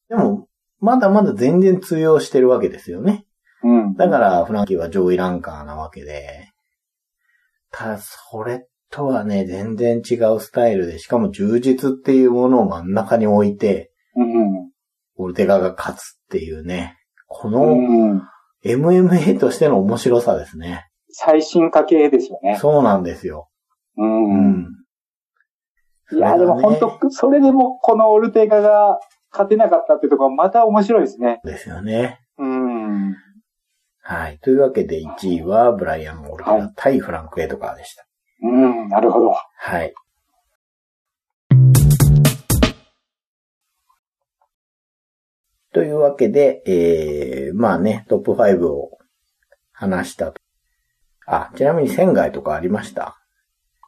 [SPEAKER 1] でも、まだまだ全然通用してるわけですよね。
[SPEAKER 2] うん。
[SPEAKER 1] だから、フランキーは上位ランカーなわけで。ただ、それとはね、全然違うスタイルで、しかも充実っていうものを真ん中に置いて、
[SPEAKER 2] うん。
[SPEAKER 1] オルテガが勝つっていうね。こ
[SPEAKER 2] う
[SPEAKER 1] の
[SPEAKER 2] ん。うん。
[SPEAKER 1] MMA としての面白さですね。
[SPEAKER 2] 最新家系ですよね。
[SPEAKER 1] そうなんですよ。
[SPEAKER 2] う。
[SPEAKER 1] うんん。
[SPEAKER 2] いや、でも
[SPEAKER 1] それがね
[SPEAKER 2] 本当、それでもこのオルテガが勝てなかったってところはまた面白いですね。
[SPEAKER 1] ですよね。
[SPEAKER 2] うん。
[SPEAKER 1] はい。というわけで1位はブライアン・モルカ
[SPEAKER 2] は
[SPEAKER 1] ナ対フランク・エドガーでした。
[SPEAKER 2] うん、なるほど。
[SPEAKER 1] はい。というわけで、えー、まあね、トップ5を話したと。あ、ちなみに仙外とかありました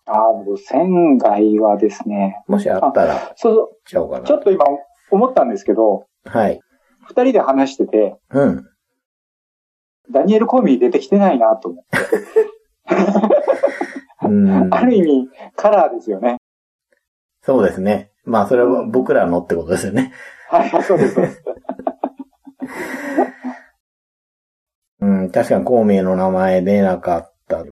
[SPEAKER 2] ああ、僕、仙外はですね、
[SPEAKER 1] もしあったら、
[SPEAKER 2] そうそ
[SPEAKER 1] ちゃおうか
[SPEAKER 2] う、ちょ
[SPEAKER 1] な
[SPEAKER 2] っ。と今思ったんですけど、
[SPEAKER 1] はい。
[SPEAKER 2] 二人で話してて、
[SPEAKER 1] うん。
[SPEAKER 2] ダニエル・コーミー出てきてないなと思って。
[SPEAKER 1] うん。
[SPEAKER 2] ある意味、カラーですよね。
[SPEAKER 1] そうですね。まあ、それは僕らのってことですよね。
[SPEAKER 2] はい、そうです。そうです
[SPEAKER 1] うん、確かに孔明の名前出なかった。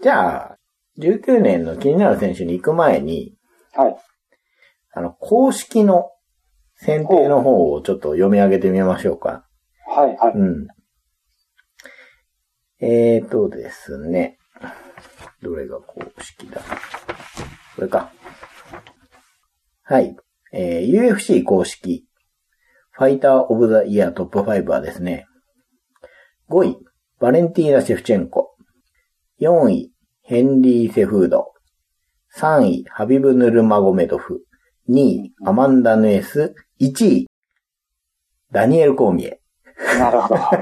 [SPEAKER 1] じゃあ、19年の気になる選手に行く前に、
[SPEAKER 2] はい。
[SPEAKER 1] あの、公式の選定の方をちょっと読み上げてみましょうか。
[SPEAKER 2] はい、はい。
[SPEAKER 1] うん。えーとですね。どれが公式だこれか。はい。えー UFC 公式、ファイターオブザイヤートップ5はですね、5位、バレンティーナ・シェフチェンコ、4位、ヘンリー・セフード、3位、ハビブ・ヌルマゴメドフ、2位、アマンダ・ヌエス、1位、ダニエル・コーミエ。
[SPEAKER 2] なるほど。
[SPEAKER 1] ま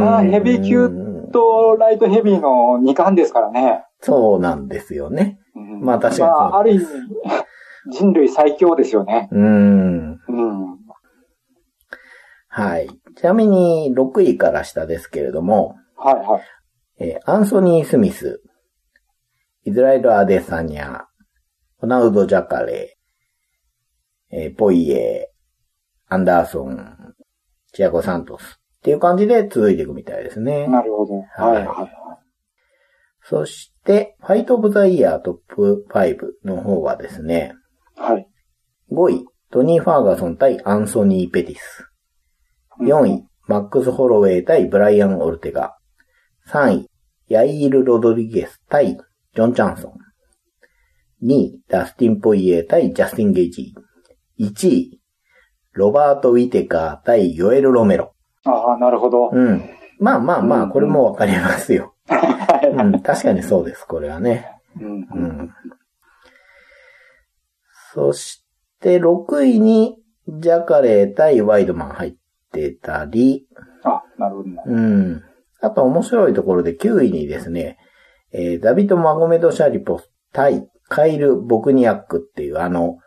[SPEAKER 2] あヘビー級と、ライトヘビーの2冠ですからね。
[SPEAKER 1] そうなんですよね。
[SPEAKER 2] うん
[SPEAKER 1] まあ確かに
[SPEAKER 2] まあ、ある意味、人類最強ですよね。
[SPEAKER 1] うん。
[SPEAKER 2] うん。は
[SPEAKER 1] はい。ちなみに、6位から下ですけれども、
[SPEAKER 2] い、はい。
[SPEAKER 1] えーアンソニー・スミス、イズラエル・アデサニャ、ホナウド・ジャカレー、えーポイエー、アンダーソン、チアゴ・サントスっていう感じで続いていくみたいですね。
[SPEAKER 2] なるほど。はい、はいはい。
[SPEAKER 1] そして、ファイト・オブ・ザ・イヤートップ5の方はですね、
[SPEAKER 2] はい。
[SPEAKER 1] 5位、トニー・ファーガソン対アンソニー・ペティス。4位、マックス・ホロウェイ対ブライアン・オルテガ。3位、ヤイール・ロドリゲス対ジョン・チャンソン。2位、ダスティン・ポイエ対ジャスティン・ゲイジー。1位、ロバート・ウィテカー対ヨエル・ロメロ。
[SPEAKER 2] ああ、なるほど。
[SPEAKER 1] うん。まあまあま
[SPEAKER 2] う
[SPEAKER 1] あ、
[SPEAKER 2] ん
[SPEAKER 1] これもわかりますよ。
[SPEAKER 2] は
[SPEAKER 1] うん、確かにそうです、これはね。
[SPEAKER 2] い。うん
[SPEAKER 1] うん。そして、6位に、ジャカレー対ワイドマン入ってたり、
[SPEAKER 2] あ、なるほどね。
[SPEAKER 1] うん。あと面白いところで9位にですね、えーダビド・マゴメド・シャリポ対カイル・ボクニアックっていうあの、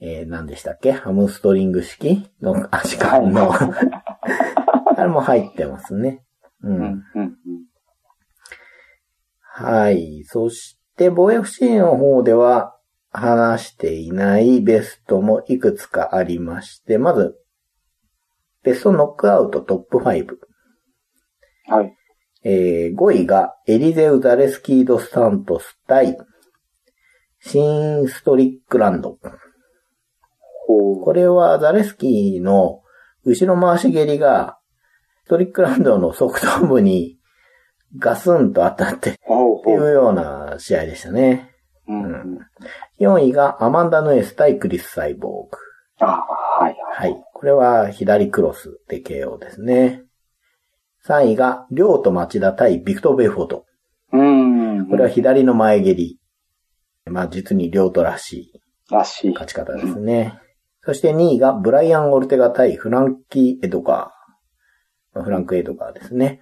[SPEAKER 1] えー何でしたっけハムストリング式の足感の、 あれも入ってますね。
[SPEAKER 2] う
[SPEAKER 1] うん
[SPEAKER 2] ん。うん。
[SPEAKER 1] はい。そして、防衛不振の方では話していないベストもいくつかありまして、まず、ベストノックアウトトップ5。
[SPEAKER 2] はい。
[SPEAKER 1] えー5位がエリゼウ・ザレスキード・スタントス対シン・ストリックランド。
[SPEAKER 2] こ
[SPEAKER 1] これはザレスキーの後ろ回し蹴りがストリックランドの側頭部にガスンと当たってっ
[SPEAKER 2] う。ほう
[SPEAKER 1] てい
[SPEAKER 2] ほう。
[SPEAKER 1] うような試合でしたね。
[SPEAKER 2] うんうん。
[SPEAKER 1] 4位がアマンダ・ヌエス対クリス・サイボーグ。
[SPEAKER 2] ああ、はい。
[SPEAKER 1] はい。これは左クロスで KO ですね。3位がリョウと町田対ビクト・ベフォート。
[SPEAKER 2] うん。
[SPEAKER 1] これは左の前蹴り。まあ実に両トらし
[SPEAKER 2] らし
[SPEAKER 1] い
[SPEAKER 2] い。
[SPEAKER 1] 勝ち方ですね。そして2位がブライアン・オルテガ対フランキー・エドガー。フランク・エドガーですね。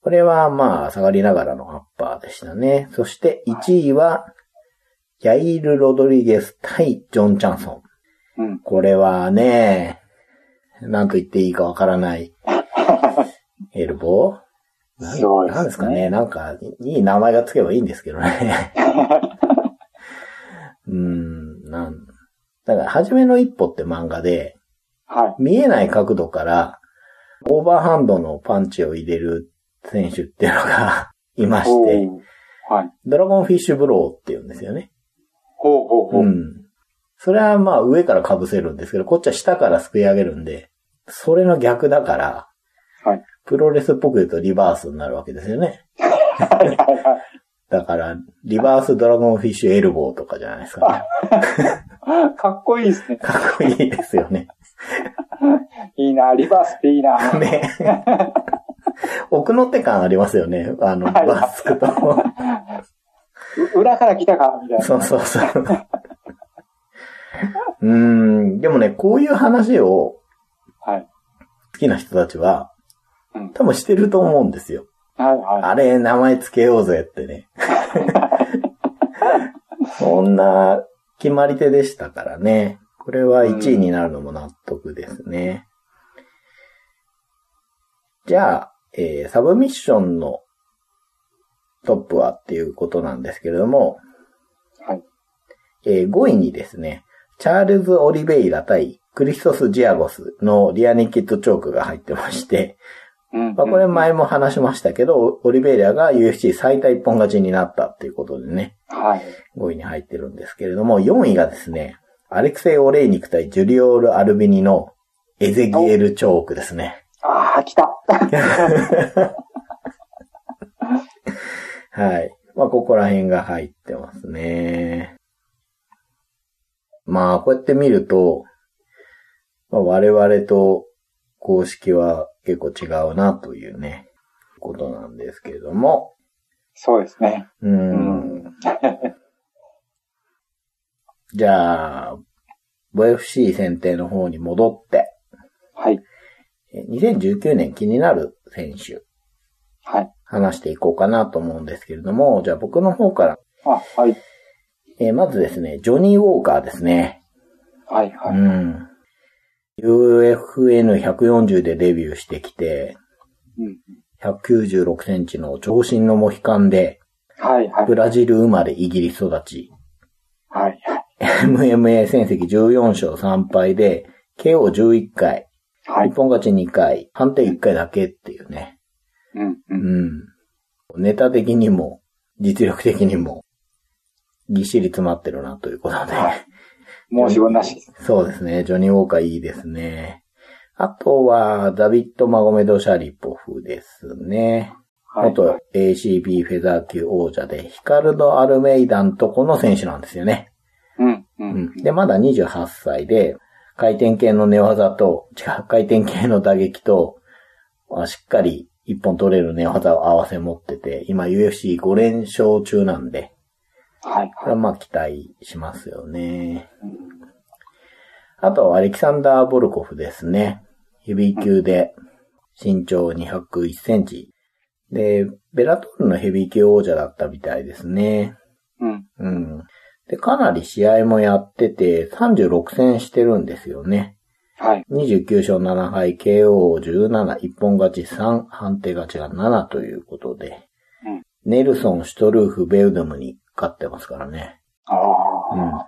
[SPEAKER 1] これはまあ下がりながらのアッパーでしたね。そして1位はヤイル・ロドリゲス対ジョン・チャンソン。
[SPEAKER 2] うん。
[SPEAKER 1] これはね、なんと言っていいかわからない。エルボーなん
[SPEAKER 2] そうですね
[SPEAKER 1] なんですかね。なんか、いい名前がつけばいいんですけど ね。うーん、なん。だから、初めの一歩って漫画で、
[SPEAKER 2] はい。
[SPEAKER 1] 見えない角度から、オーバーハンドのパンチを入れる選手っていうのが いまし
[SPEAKER 2] ほ
[SPEAKER 1] て、
[SPEAKER 2] う。はい。
[SPEAKER 1] ドラゴンフィッシュブローって言うんですよね。
[SPEAKER 2] ほうほうほ
[SPEAKER 1] う
[SPEAKER 2] う。
[SPEAKER 1] ん。それはまあ上から被せるんですけど、こっちは下からすくい上げるんで、それの逆だから、
[SPEAKER 2] はい。
[SPEAKER 1] プロレスっぽく言うとリバースになるわけですよね。
[SPEAKER 2] はいはいはい。
[SPEAKER 1] だから、リバースドラゴンフィッシュエルボーとかじゃないですか、ね。
[SPEAKER 2] かっこいい ですね。
[SPEAKER 1] かっこいいですよね。
[SPEAKER 2] いいな、リバースっていいな。
[SPEAKER 1] ね。 奥の手感ありますよね。あの、リ
[SPEAKER 2] はい
[SPEAKER 1] バースクと。
[SPEAKER 2] う裏から来たか、みたいな。
[SPEAKER 1] そうそうそう。うーん、でもね、こういう話を
[SPEAKER 2] はい。
[SPEAKER 1] 好きな人たちは
[SPEAKER 2] うん、
[SPEAKER 1] 多分してると思うんですよ。
[SPEAKER 2] はいは
[SPEAKER 1] あれ、名前つけようぜってね。そんな決まり手でしたからね。これは1位になるのも納得ですね。じゃあ、えーサブミッションのトップはっていうことなんですけれども、
[SPEAKER 2] い。はい。
[SPEAKER 1] えー5位にですね、チャールズ・オリベイラ対クリストス・ジアゴスのリアネキッドチョークが入ってまして、
[SPEAKER 2] うん
[SPEAKER 1] まあ、これ。前も話しましたけど、オリベイラが UFC 最多一本勝ちになったっていうことでね、
[SPEAKER 2] はい。
[SPEAKER 1] 5位に入ってるんですけれども、4位がですね、アレクセイ・オレイニク対ジュリオール・アルビニのエゼギエル・チョークですね。
[SPEAKER 2] ああ、来た。
[SPEAKER 1] はい。まあ、ここら辺が入ってますね。まあ、こうやって見ると、まあ、我々と公式は結構違うなというね、ことなんですけれども、
[SPEAKER 2] そうですね。
[SPEAKER 1] うーんじゃあ、VFC 選定の方に戻って、
[SPEAKER 2] はい。
[SPEAKER 1] え2019年気になる選手、
[SPEAKER 2] はい。
[SPEAKER 1] 話していこうかなと思うんですけれども、じゃあ僕の方から、
[SPEAKER 2] あ、はい。
[SPEAKER 1] えーまずですね、ジョニー・ウォーカーですね。
[SPEAKER 2] はいうはい。
[SPEAKER 1] ん。UFN140 でデビューしてきて、
[SPEAKER 2] うん。
[SPEAKER 1] 196センチの長身のモヒカンで、
[SPEAKER 2] はいはい。
[SPEAKER 1] ブラジル生まれイギリス育ち。
[SPEAKER 2] はい。
[SPEAKER 1] MMA 戦績14勝3敗で、KO11 回、
[SPEAKER 2] は
[SPEAKER 1] 一
[SPEAKER 2] い。
[SPEAKER 1] 本勝ち2回、判定1回だけっていうね。
[SPEAKER 2] うん。う。
[SPEAKER 1] うんん。ネタ的にも、実力的にも、ぎっしり詰まってるなということで。
[SPEAKER 2] はい申し分なしです。
[SPEAKER 1] そうですね。ジョニー・ウォーカーいいですね。あとは、ダビッド・マゴメド・シャリポフですね。
[SPEAKER 2] はい。
[SPEAKER 1] 元 ACB フェザー級王者で、ヒカルド・アルメイダンとこの選手なんですよね。
[SPEAKER 2] うん。うん。うん
[SPEAKER 1] で、まだ28歳で、回転系の寝技と、違う、回転系の打撃と、あしっかり一本取れる寝技を合わせ持ってて、今 UFC5 連勝中なんで、
[SPEAKER 2] はい
[SPEAKER 1] これは
[SPEAKER 2] は。
[SPEAKER 1] いまあ期待しますよね。
[SPEAKER 2] うん
[SPEAKER 1] あと、アレキサンダー・ボルコフですね。ヘビー級で、身長201センチ。で、ベラトールのヘビー級王者だったみたいですね。
[SPEAKER 2] うん。
[SPEAKER 1] うん。で、かなり試合もやってて、36戦してるんですよね。
[SPEAKER 2] はい。
[SPEAKER 1] 29勝7敗、KO17、一本勝ち3、判定勝ちが7ということで、
[SPEAKER 2] うん
[SPEAKER 1] ネルソン、シュトルーフ、ベウドムに勝ってますからね。
[SPEAKER 2] ああ。
[SPEAKER 1] うん。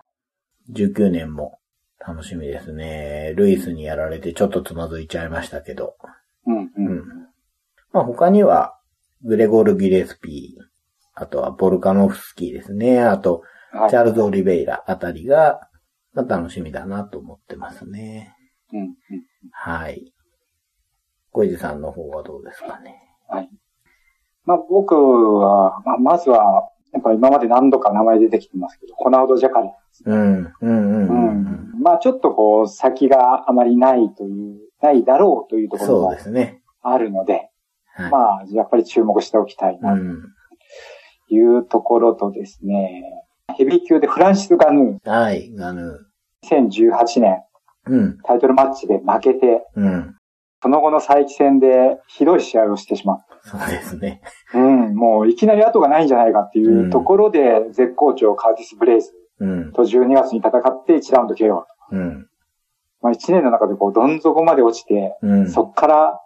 [SPEAKER 1] 19年も楽しみですね。ルイスにやられてちょっとつまずいちゃいましたけど。
[SPEAKER 2] うん。う。
[SPEAKER 1] うんん。まあ他には、グレゴル・ギレスピー、あとはボルカノフスキーですね。あと、
[SPEAKER 2] はい
[SPEAKER 1] チャールズ・オリベイラあたりが、まあ、楽しみだなと思ってますね。
[SPEAKER 2] うん。うん。
[SPEAKER 1] はい。小池さんの方はどうですかね。
[SPEAKER 2] はい。まあ僕は、まあまずは、やっぱ今まで何度か名前出てきてますけど、コナウド・ジャカリ。
[SPEAKER 1] うん、うん、うん。
[SPEAKER 2] う
[SPEAKER 1] うん
[SPEAKER 2] ん。まあちょっとこう、先があまりないという、ないだろうというところ
[SPEAKER 1] そう
[SPEAKER 2] が
[SPEAKER 1] ですね。
[SPEAKER 2] あるので、
[SPEAKER 1] はい。
[SPEAKER 2] まあやっぱり注目しておきたいな
[SPEAKER 1] うん。
[SPEAKER 2] というところとですね、ヘビー級でフランシス・ガヌ
[SPEAKER 1] はい、ガヌ
[SPEAKER 2] ー、2018年
[SPEAKER 1] ー。うん、
[SPEAKER 2] タイトルマッチで負けて、
[SPEAKER 1] うん。
[SPEAKER 2] その後の再起戦でひどい試合をしてしまう。
[SPEAKER 1] そうですね。
[SPEAKER 2] うん、もういきなり後がないんじゃないかっていうところで、絶好調カーティス・ブレイズ
[SPEAKER 1] うん、
[SPEAKER 2] と12月に戦って1ラウンド KO。
[SPEAKER 1] うん、
[SPEAKER 2] まあ1年の中でこうどん底まで落ちて、
[SPEAKER 1] うん。
[SPEAKER 2] そっから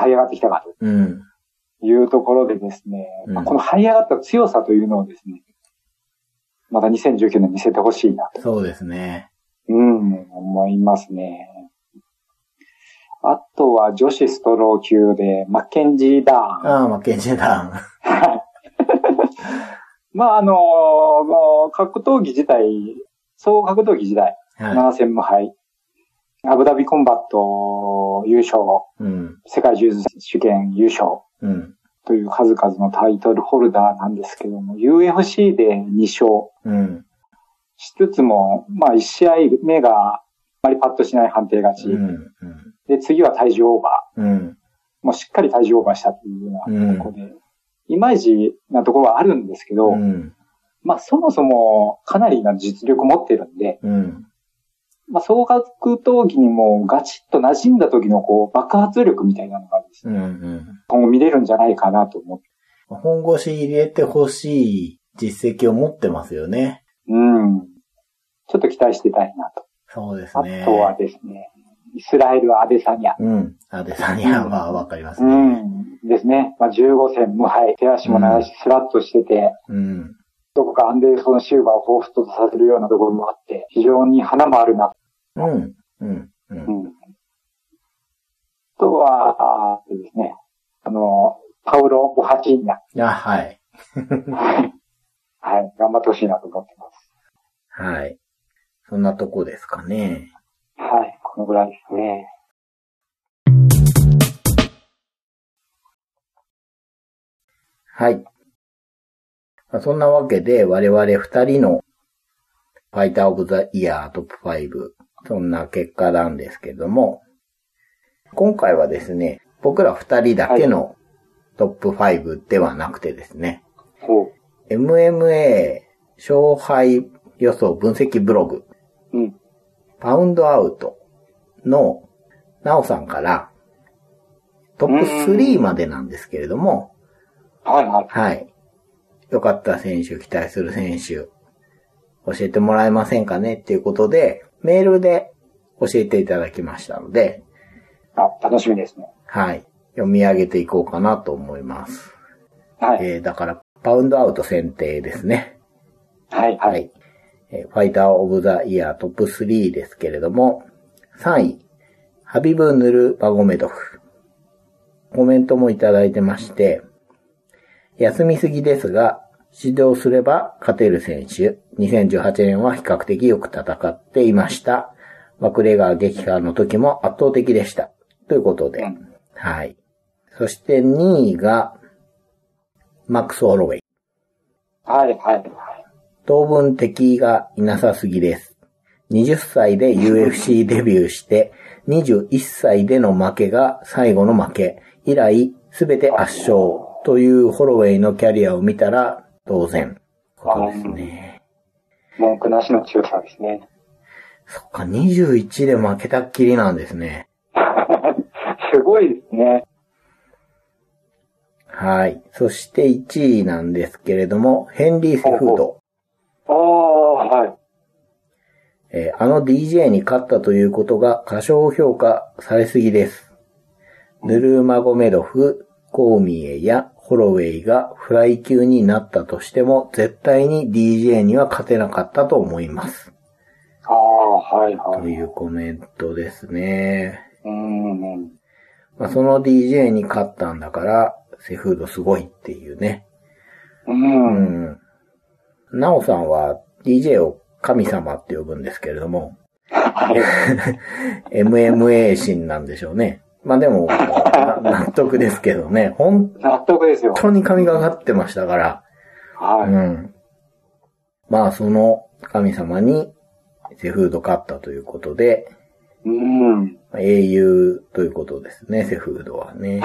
[SPEAKER 2] 這い上がってきたか
[SPEAKER 1] うん。
[SPEAKER 2] というところでですね、
[SPEAKER 1] うん
[SPEAKER 2] まあこの這い上がった強さというのをですね、また2019年見せてほしいなと、
[SPEAKER 1] そうですね。
[SPEAKER 2] うん、思いますね。あとは女子ストロー級でマッケンジー・ダーン。
[SPEAKER 1] ああ、マッケンジーだ。
[SPEAKER 2] まあ、あの格闘技自体、総格闘技自体、
[SPEAKER 1] は
[SPEAKER 2] 7戦無敗、アブダビコンバット優勝、
[SPEAKER 1] い。うん、
[SPEAKER 2] 世界柔術主権優勝
[SPEAKER 1] うん、
[SPEAKER 2] という数々のタイトルホルダーなんですけども、UFC で2勝
[SPEAKER 1] うん。
[SPEAKER 2] しつつも、まあ1試合目があまりパッとしない判定勝ち、
[SPEAKER 1] うん。
[SPEAKER 2] で、次は体重オーバ
[SPEAKER 1] うん。うん。
[SPEAKER 2] ー。もうしっかり体重オーバーしたというよう
[SPEAKER 1] う
[SPEAKER 2] なんところで、いまいちなところはあるんですけど、
[SPEAKER 1] うん。
[SPEAKER 2] まあそもそもかなりな実力持ってるんで、
[SPEAKER 1] うん。
[SPEAKER 2] まあ総格闘技にもガチッと馴染んだ時のこう爆発力みたいなのがです
[SPEAKER 1] う
[SPEAKER 2] ね、
[SPEAKER 1] ん。うん。
[SPEAKER 2] 今後見れるんじゃないかなと思って。
[SPEAKER 1] 本腰入れてほしい実績を持ってますよね。
[SPEAKER 2] うん。ちょっと期待してたいなと。
[SPEAKER 1] そうです
[SPEAKER 2] あ
[SPEAKER 1] ね。
[SPEAKER 2] とはですね、イスラエル・アデサニア。
[SPEAKER 1] うん。アデサニアはわかります
[SPEAKER 2] う
[SPEAKER 1] ね。
[SPEAKER 2] ん。ですね。まあ、15戦無敗。手足も長いし、スラッとしてて、
[SPEAKER 1] うん。
[SPEAKER 2] どこかアンデルソン・シューバーを彷彿とさせるようなところもあって、非常に花もあるな。
[SPEAKER 1] うん。うん。う。
[SPEAKER 2] うんん。あとは、あーですね。あの、パウロ・ボハチーニャ。
[SPEAKER 1] あ、はい。
[SPEAKER 2] はい。はい。頑張ってほしいなと思ってます。
[SPEAKER 1] はい。そんなとこですかね。
[SPEAKER 2] はい。このぐらいですね。
[SPEAKER 1] はい。まあそんなわけで、我々二人のファイターオブザイヤートップ5、そんな結果なんですけども、今回はですね、僕ら二人だけのトップ5ではなくてですね、
[SPEAKER 2] ほう。
[SPEAKER 1] MMA 勝敗予想分析ブログ、
[SPEAKER 2] うん。
[SPEAKER 1] パウンドアウトのなおさんからトップ3までなんですけれども、
[SPEAKER 2] はいはい。
[SPEAKER 1] はい。良かった選手、期待する選手、教えてもらえませんかねっていうことで、メールで教えていただきましたので、
[SPEAKER 2] あ、楽しみですね。
[SPEAKER 1] はい。読み上げていこうかなと思います。
[SPEAKER 2] はい。
[SPEAKER 1] えー、だから、パウンドアウト選定ですね。
[SPEAKER 2] はいはい。
[SPEAKER 1] はい。えーファイターオブザイヤートップ3ですけれども、3位、ハビブ・ヌル・バゴメドフ。コメントもいただいてまして、休みすぎですが、指導すれば勝てる選手。2018年は比較的よく戦っていました。マクレガー撃破の時も圧倒的でした。ということで、
[SPEAKER 2] うん
[SPEAKER 1] はい。そして2位が、マックス・ホロウェイ。
[SPEAKER 2] はいはい。
[SPEAKER 1] 当分敵がいなさすぎです。20歳で UFC デビューして、21歳での負けが最後の負け。以来、すべて圧勝というホロウェイのキャリアを見たら、当然。ことですね。
[SPEAKER 2] 文句なしの強さですね。
[SPEAKER 1] そっか、21で負けたっきりなんですね。
[SPEAKER 2] すごいですね。
[SPEAKER 1] はい。そして1位なんですけれども、ヘンリー・セフード。
[SPEAKER 2] ああ、はい。
[SPEAKER 1] えーあの DJ に勝ったということが過小評価されすぎです。ヌルーマゴメドフ、コーミエやホロウェイがフライ級になったとしても、絶対に DJ には勝てなかったと思います。
[SPEAKER 2] ああ、はいは
[SPEAKER 1] と
[SPEAKER 2] い。
[SPEAKER 1] いうコメントですね。
[SPEAKER 2] うんうん。
[SPEAKER 1] まあ、その DJ に勝ったんだから、セフードすごいっていうね。
[SPEAKER 2] う。
[SPEAKER 1] うんん。ナオさんは DJ を神様って呼ぶんですけれども、
[SPEAKER 2] はい。
[SPEAKER 1] MMA 心なんでしょうね。まあでも、な納得ですけどね。本
[SPEAKER 2] 納得ですよ。
[SPEAKER 1] 当に神がかってましたから。う
[SPEAKER 2] は
[SPEAKER 1] ん。まあその神様にセフード勝ったということで、
[SPEAKER 2] い。うん。
[SPEAKER 1] 英雄ということですね、セフードはね。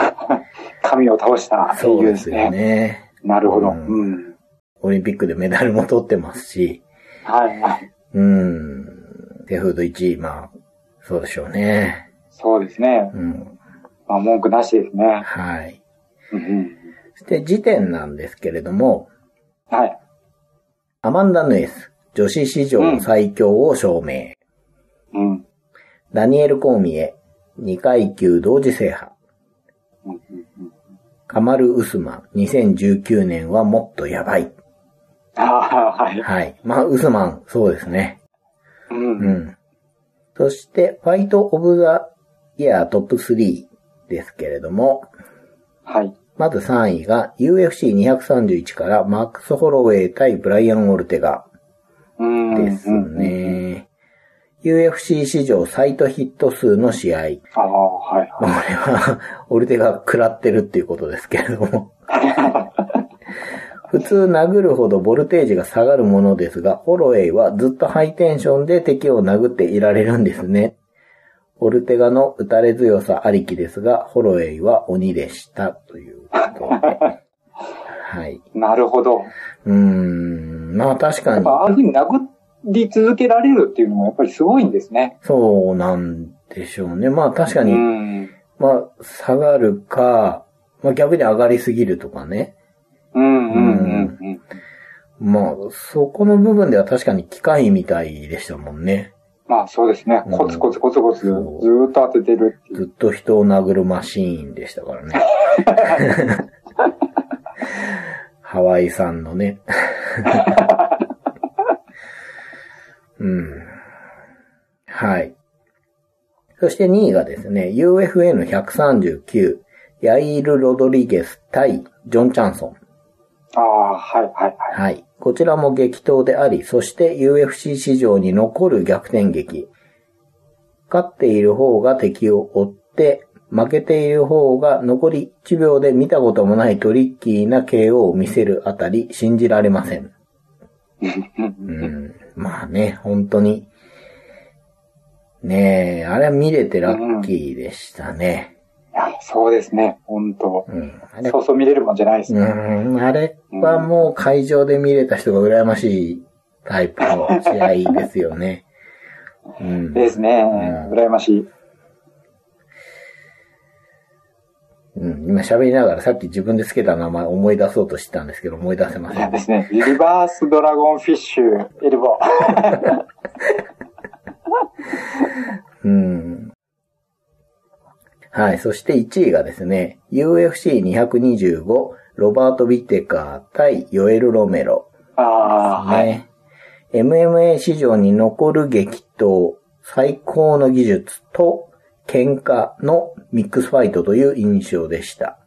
[SPEAKER 2] 神を倒した英
[SPEAKER 1] そう
[SPEAKER 2] 雄
[SPEAKER 1] で
[SPEAKER 2] ですす
[SPEAKER 1] よ
[SPEAKER 2] ね。
[SPEAKER 1] ね。
[SPEAKER 2] なるほど。
[SPEAKER 1] う
[SPEAKER 2] うんん。
[SPEAKER 1] オリンピックでメダルも取ってますし、
[SPEAKER 2] はいはい。
[SPEAKER 1] うん。セフード1位、まあ、そうでしょうね。
[SPEAKER 2] そうですね。
[SPEAKER 1] うん。
[SPEAKER 2] まあ、文句なしですね。
[SPEAKER 1] はい。
[SPEAKER 2] うんうん。
[SPEAKER 1] そして時点なんですけれども、
[SPEAKER 2] はい。
[SPEAKER 1] アマンダ・ヌエス、女子史上最強を証明。
[SPEAKER 2] うん。
[SPEAKER 1] ダニエル・コーミエ、2階級同時制覇。
[SPEAKER 2] うんうんうん
[SPEAKER 1] カマル・ウスマン、2019年はもっとやばい。
[SPEAKER 2] ああ、はい。
[SPEAKER 1] はい。まあ、ウスマン、そうですね。
[SPEAKER 2] う。
[SPEAKER 1] うんん。そして、ファイト・オブ・ザ・イヤートップ3ですけれども、
[SPEAKER 2] はい。
[SPEAKER 1] まず3位が UFC231 からマックス・ホロウェイ対ブライアン・オルテガ
[SPEAKER 2] うん。
[SPEAKER 1] です
[SPEAKER 2] うんうん
[SPEAKER 1] ね。 UFC 史上サイトヒット数の試合。
[SPEAKER 2] ああ、はい
[SPEAKER 1] まあこれは、オルテが食らってるっていうことですけれど も。普通殴るほどボルテージが下がるものですが、ホロウェイはずっとハイテンションで敵を殴っていられるんですね。オルテガの打たれ強さありきですが、ホロウェイは鬼でした。ということで。 はい。
[SPEAKER 2] はい。なるほど。
[SPEAKER 1] うーん、まあ確か
[SPEAKER 2] やっ
[SPEAKER 1] に
[SPEAKER 2] ぱ、ああいうふうに殴り続けられるっていうのもやっぱりすごいんですね。
[SPEAKER 1] そうなんでしょうね。まあ確か
[SPEAKER 2] う
[SPEAKER 1] に、
[SPEAKER 2] ん。
[SPEAKER 1] まあ下がるか、まあ逆に上がりすぎるとかね。
[SPEAKER 2] うんうんうんうん。
[SPEAKER 1] まあ、そこの部分では確かに機械みたいでしたもんね。
[SPEAKER 2] まあそうですね。
[SPEAKER 1] うん
[SPEAKER 2] コツコツコツコツず
[SPEAKER 1] そう
[SPEAKER 2] ーっと当ててるっていう。
[SPEAKER 1] ずっと人を殴るマシーンでしたからね。ハワイさんのね。うん。はい。そして2位がですね、UFA の139、ヤイール・ロドリゲス対ジョン・チャンソン。
[SPEAKER 2] ああ、はいはいはい。
[SPEAKER 1] はい。こちらも激闘であり、そして UFC 史上に残る逆転劇。勝っている方が敵を追って、負けている方が残り1秒で見たこともないトリッキーな KO を見せるあたり、信じられません。うん。まあね、本当に。ねえ、あれは見れてラッキーでしたね。
[SPEAKER 2] いや、そうですね。本当
[SPEAKER 1] うん。あれ
[SPEAKER 2] そうそう見れるもんじゃないです
[SPEAKER 1] う
[SPEAKER 2] ね。
[SPEAKER 1] ん、あれはもう会場で見れた人が羨ましいタイプの試合ですよね。うん。
[SPEAKER 2] ですね。
[SPEAKER 1] ん
[SPEAKER 2] 羨ましい。
[SPEAKER 1] うん、今喋りながらさっき自分で付けた名前思い出そうとしてたんですけど、思い出せま
[SPEAKER 2] い
[SPEAKER 1] せ
[SPEAKER 2] や
[SPEAKER 1] ん
[SPEAKER 2] で。すね。リバースドラゴンフィッシュ、エルボー。
[SPEAKER 1] うん。はい。そして1位がですね、UFC225 ロバート・ビテカー対ヨエル・ロメロ。
[SPEAKER 2] ああ、はい。
[SPEAKER 1] ね。MMA 史上に残る激闘、最高の技術と喧嘩のミックスファイトという印象でした。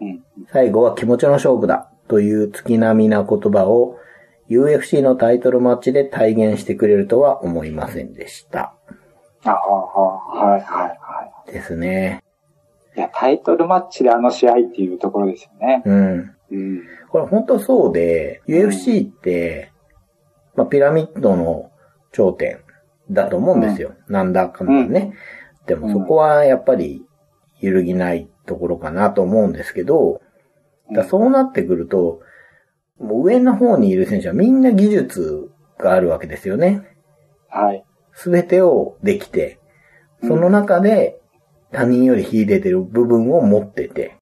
[SPEAKER 2] うん
[SPEAKER 1] 最後は気持ちの勝負だという月並みな言葉を UFC のタイトルマッチで体現してくれるとは思いませんでした。
[SPEAKER 2] ああ、はいはいは
[SPEAKER 1] ですね。
[SPEAKER 2] い。いや、タイトルマッチであの試合っていうところですよね。
[SPEAKER 1] うん。
[SPEAKER 2] うん。
[SPEAKER 1] これ本当そうで、UFC って、まあ、ピラミッドの頂点だと思うんですよ。なんだかんだね。でもそこはやっぱり揺るぎないところかなと思うんですけど、だからそうなってくると、もう上の方にいる選手はみんな技術があるわけですよね。
[SPEAKER 2] はい。
[SPEAKER 1] すべてをできて、その中で他人より秀でてる部分を持ってて、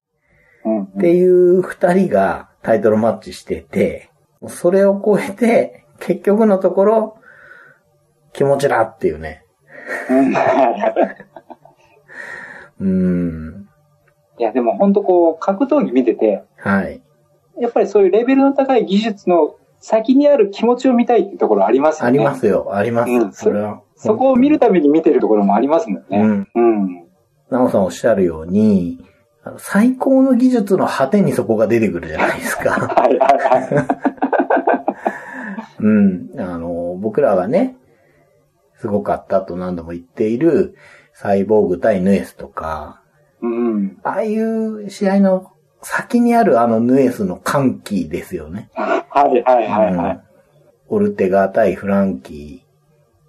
[SPEAKER 2] うんう
[SPEAKER 1] っ
[SPEAKER 2] ん。
[SPEAKER 1] ていう二人がタイトルマッチしてて、それを超えて、結局のところ、気持ちだっていうね。
[SPEAKER 2] うん は
[SPEAKER 1] うーん。
[SPEAKER 2] いいや、でも本当こう、格闘技見てて、
[SPEAKER 1] はい。
[SPEAKER 2] やっぱりそういうレベルの高い技術の先にある気持ちを見たいっていうところありますよ
[SPEAKER 1] あ
[SPEAKER 2] ね。
[SPEAKER 1] りま。すよ。あります。
[SPEAKER 2] うん
[SPEAKER 1] それは。
[SPEAKER 2] そこを見るために見てるところもありますもん
[SPEAKER 1] う
[SPEAKER 2] ね。
[SPEAKER 1] ん。
[SPEAKER 2] うん。
[SPEAKER 1] なおさんおっしゃるように、あの最高の技術の果てにそこが出てくるじゃないです か。
[SPEAKER 2] はいはいはい。
[SPEAKER 1] うん。あの、僕らがね、すごかったと何度も言っている、サイボーグ対ヌエスとか、
[SPEAKER 2] うん。
[SPEAKER 1] ああいう試合の先にあるあのヌエスの歓喜ですよね。
[SPEAKER 2] はいはいはいは
[SPEAKER 1] うん
[SPEAKER 2] い。
[SPEAKER 1] オルテガ対フランキ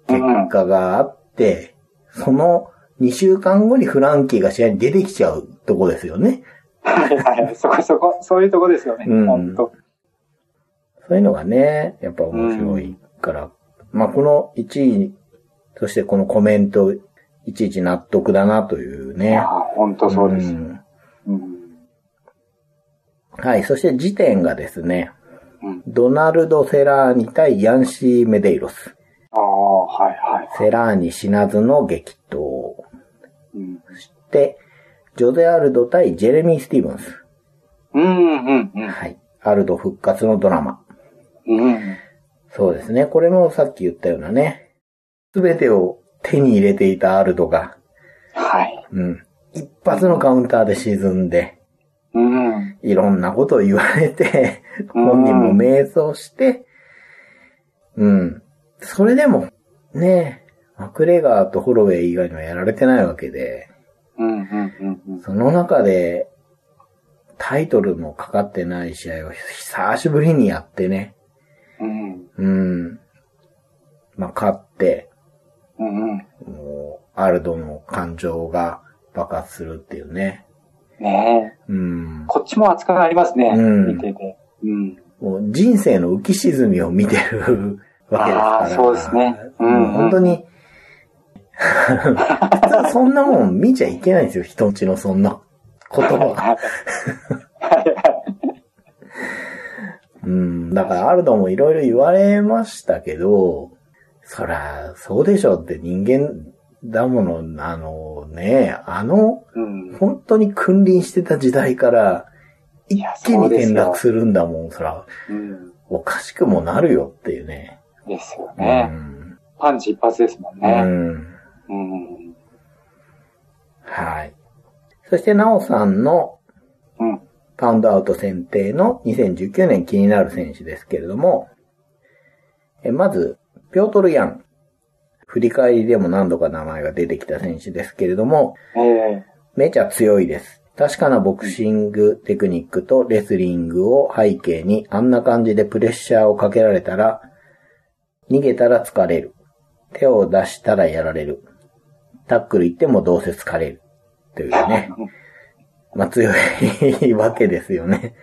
[SPEAKER 1] ー、結果があって、その2週間後にフランキーが試合に出てきちゃうとこですよね。
[SPEAKER 2] はいはい。そこそこ、そういうとこですよね。
[SPEAKER 1] うん
[SPEAKER 2] 本当。
[SPEAKER 1] そういうのがね、やっぱ面白いから。まあ、この1位、そしてこのコメント、いちいち納得だなという
[SPEAKER 2] い
[SPEAKER 1] ね
[SPEAKER 2] や。、本当そうです。
[SPEAKER 1] ん
[SPEAKER 2] うん。
[SPEAKER 1] はい、そして時点がですね、
[SPEAKER 2] うん
[SPEAKER 1] ドナルド・セラーニ対ヤンシー・メデイロス。
[SPEAKER 2] ああ、はいはい。
[SPEAKER 1] セラーニ死なずの激闘。
[SPEAKER 2] うん。
[SPEAKER 1] で、ジョゼ・アルド対ジェレミー・スティーブンス。
[SPEAKER 2] うん、うん、うん
[SPEAKER 1] はい。アルド復活のドラマ。
[SPEAKER 2] うん。
[SPEAKER 1] そうですね。これもさっき言ったようなね。すべてを手に入れていたアルドが、
[SPEAKER 2] はい。
[SPEAKER 1] うん。一発のカウンターで沈んで、
[SPEAKER 2] うん。
[SPEAKER 1] いろんなことを言われて、本人も迷走して、うん。それでも、ねえ、マクレガーとホロウェイ以外にはやられてないわけで、
[SPEAKER 2] うん、うん、うん、うん。
[SPEAKER 1] その中で、タイトルもかかってない試合を久しぶりにやってね、
[SPEAKER 2] うん、
[SPEAKER 1] うん。まあ、勝って、
[SPEAKER 2] うん、うん。
[SPEAKER 1] もう、アルドの感情が爆発するっていうね。
[SPEAKER 2] ねえ。
[SPEAKER 1] うん。
[SPEAKER 2] こっちも熱くなりますね。
[SPEAKER 1] うん
[SPEAKER 2] 見てて。うん。
[SPEAKER 1] もう人生の浮き沈みを見てるわけですから。
[SPEAKER 2] あーそうですねうん
[SPEAKER 1] も本当に、 普通そんなもん見ちゃいけないんですよ、人んちのそんな言葉。
[SPEAKER 2] はいはいはい。
[SPEAKER 1] うん。だから、アルドもいろいろ言われましたけど、そら、そうでしょって人間だもの、あのね、あの
[SPEAKER 2] うん。
[SPEAKER 1] 本当に君臨してた時代から、
[SPEAKER 2] い
[SPEAKER 1] 一
[SPEAKER 2] や
[SPEAKER 1] 気
[SPEAKER 2] そ
[SPEAKER 1] に
[SPEAKER 2] うです
[SPEAKER 1] 転
[SPEAKER 2] よ
[SPEAKER 1] 落するんだもん、そら、
[SPEAKER 2] うん。
[SPEAKER 1] おかしくもなるよっていうね。
[SPEAKER 2] ですよね。
[SPEAKER 1] うん
[SPEAKER 2] パンチ一発ですもん
[SPEAKER 1] う
[SPEAKER 2] ね。
[SPEAKER 1] ん。
[SPEAKER 2] うん。
[SPEAKER 1] はい。そして、なおさんの
[SPEAKER 2] うん。
[SPEAKER 1] パウンドアウト選定の2019年気になる選手ですけれども、えまず、ピョートル・ヤン。振り返りでも何度か名前が出てきた選手ですけれども、
[SPEAKER 2] ええ
[SPEAKER 1] めちゃ強いです。確かなボクシングテクニックとレスリングを背景にあんな感じでプレッシャーをかけられたら、逃げたら疲れる。手を出したらやられる。タックル行ってもどうせ疲れる。というね。まあ強いわけですよね。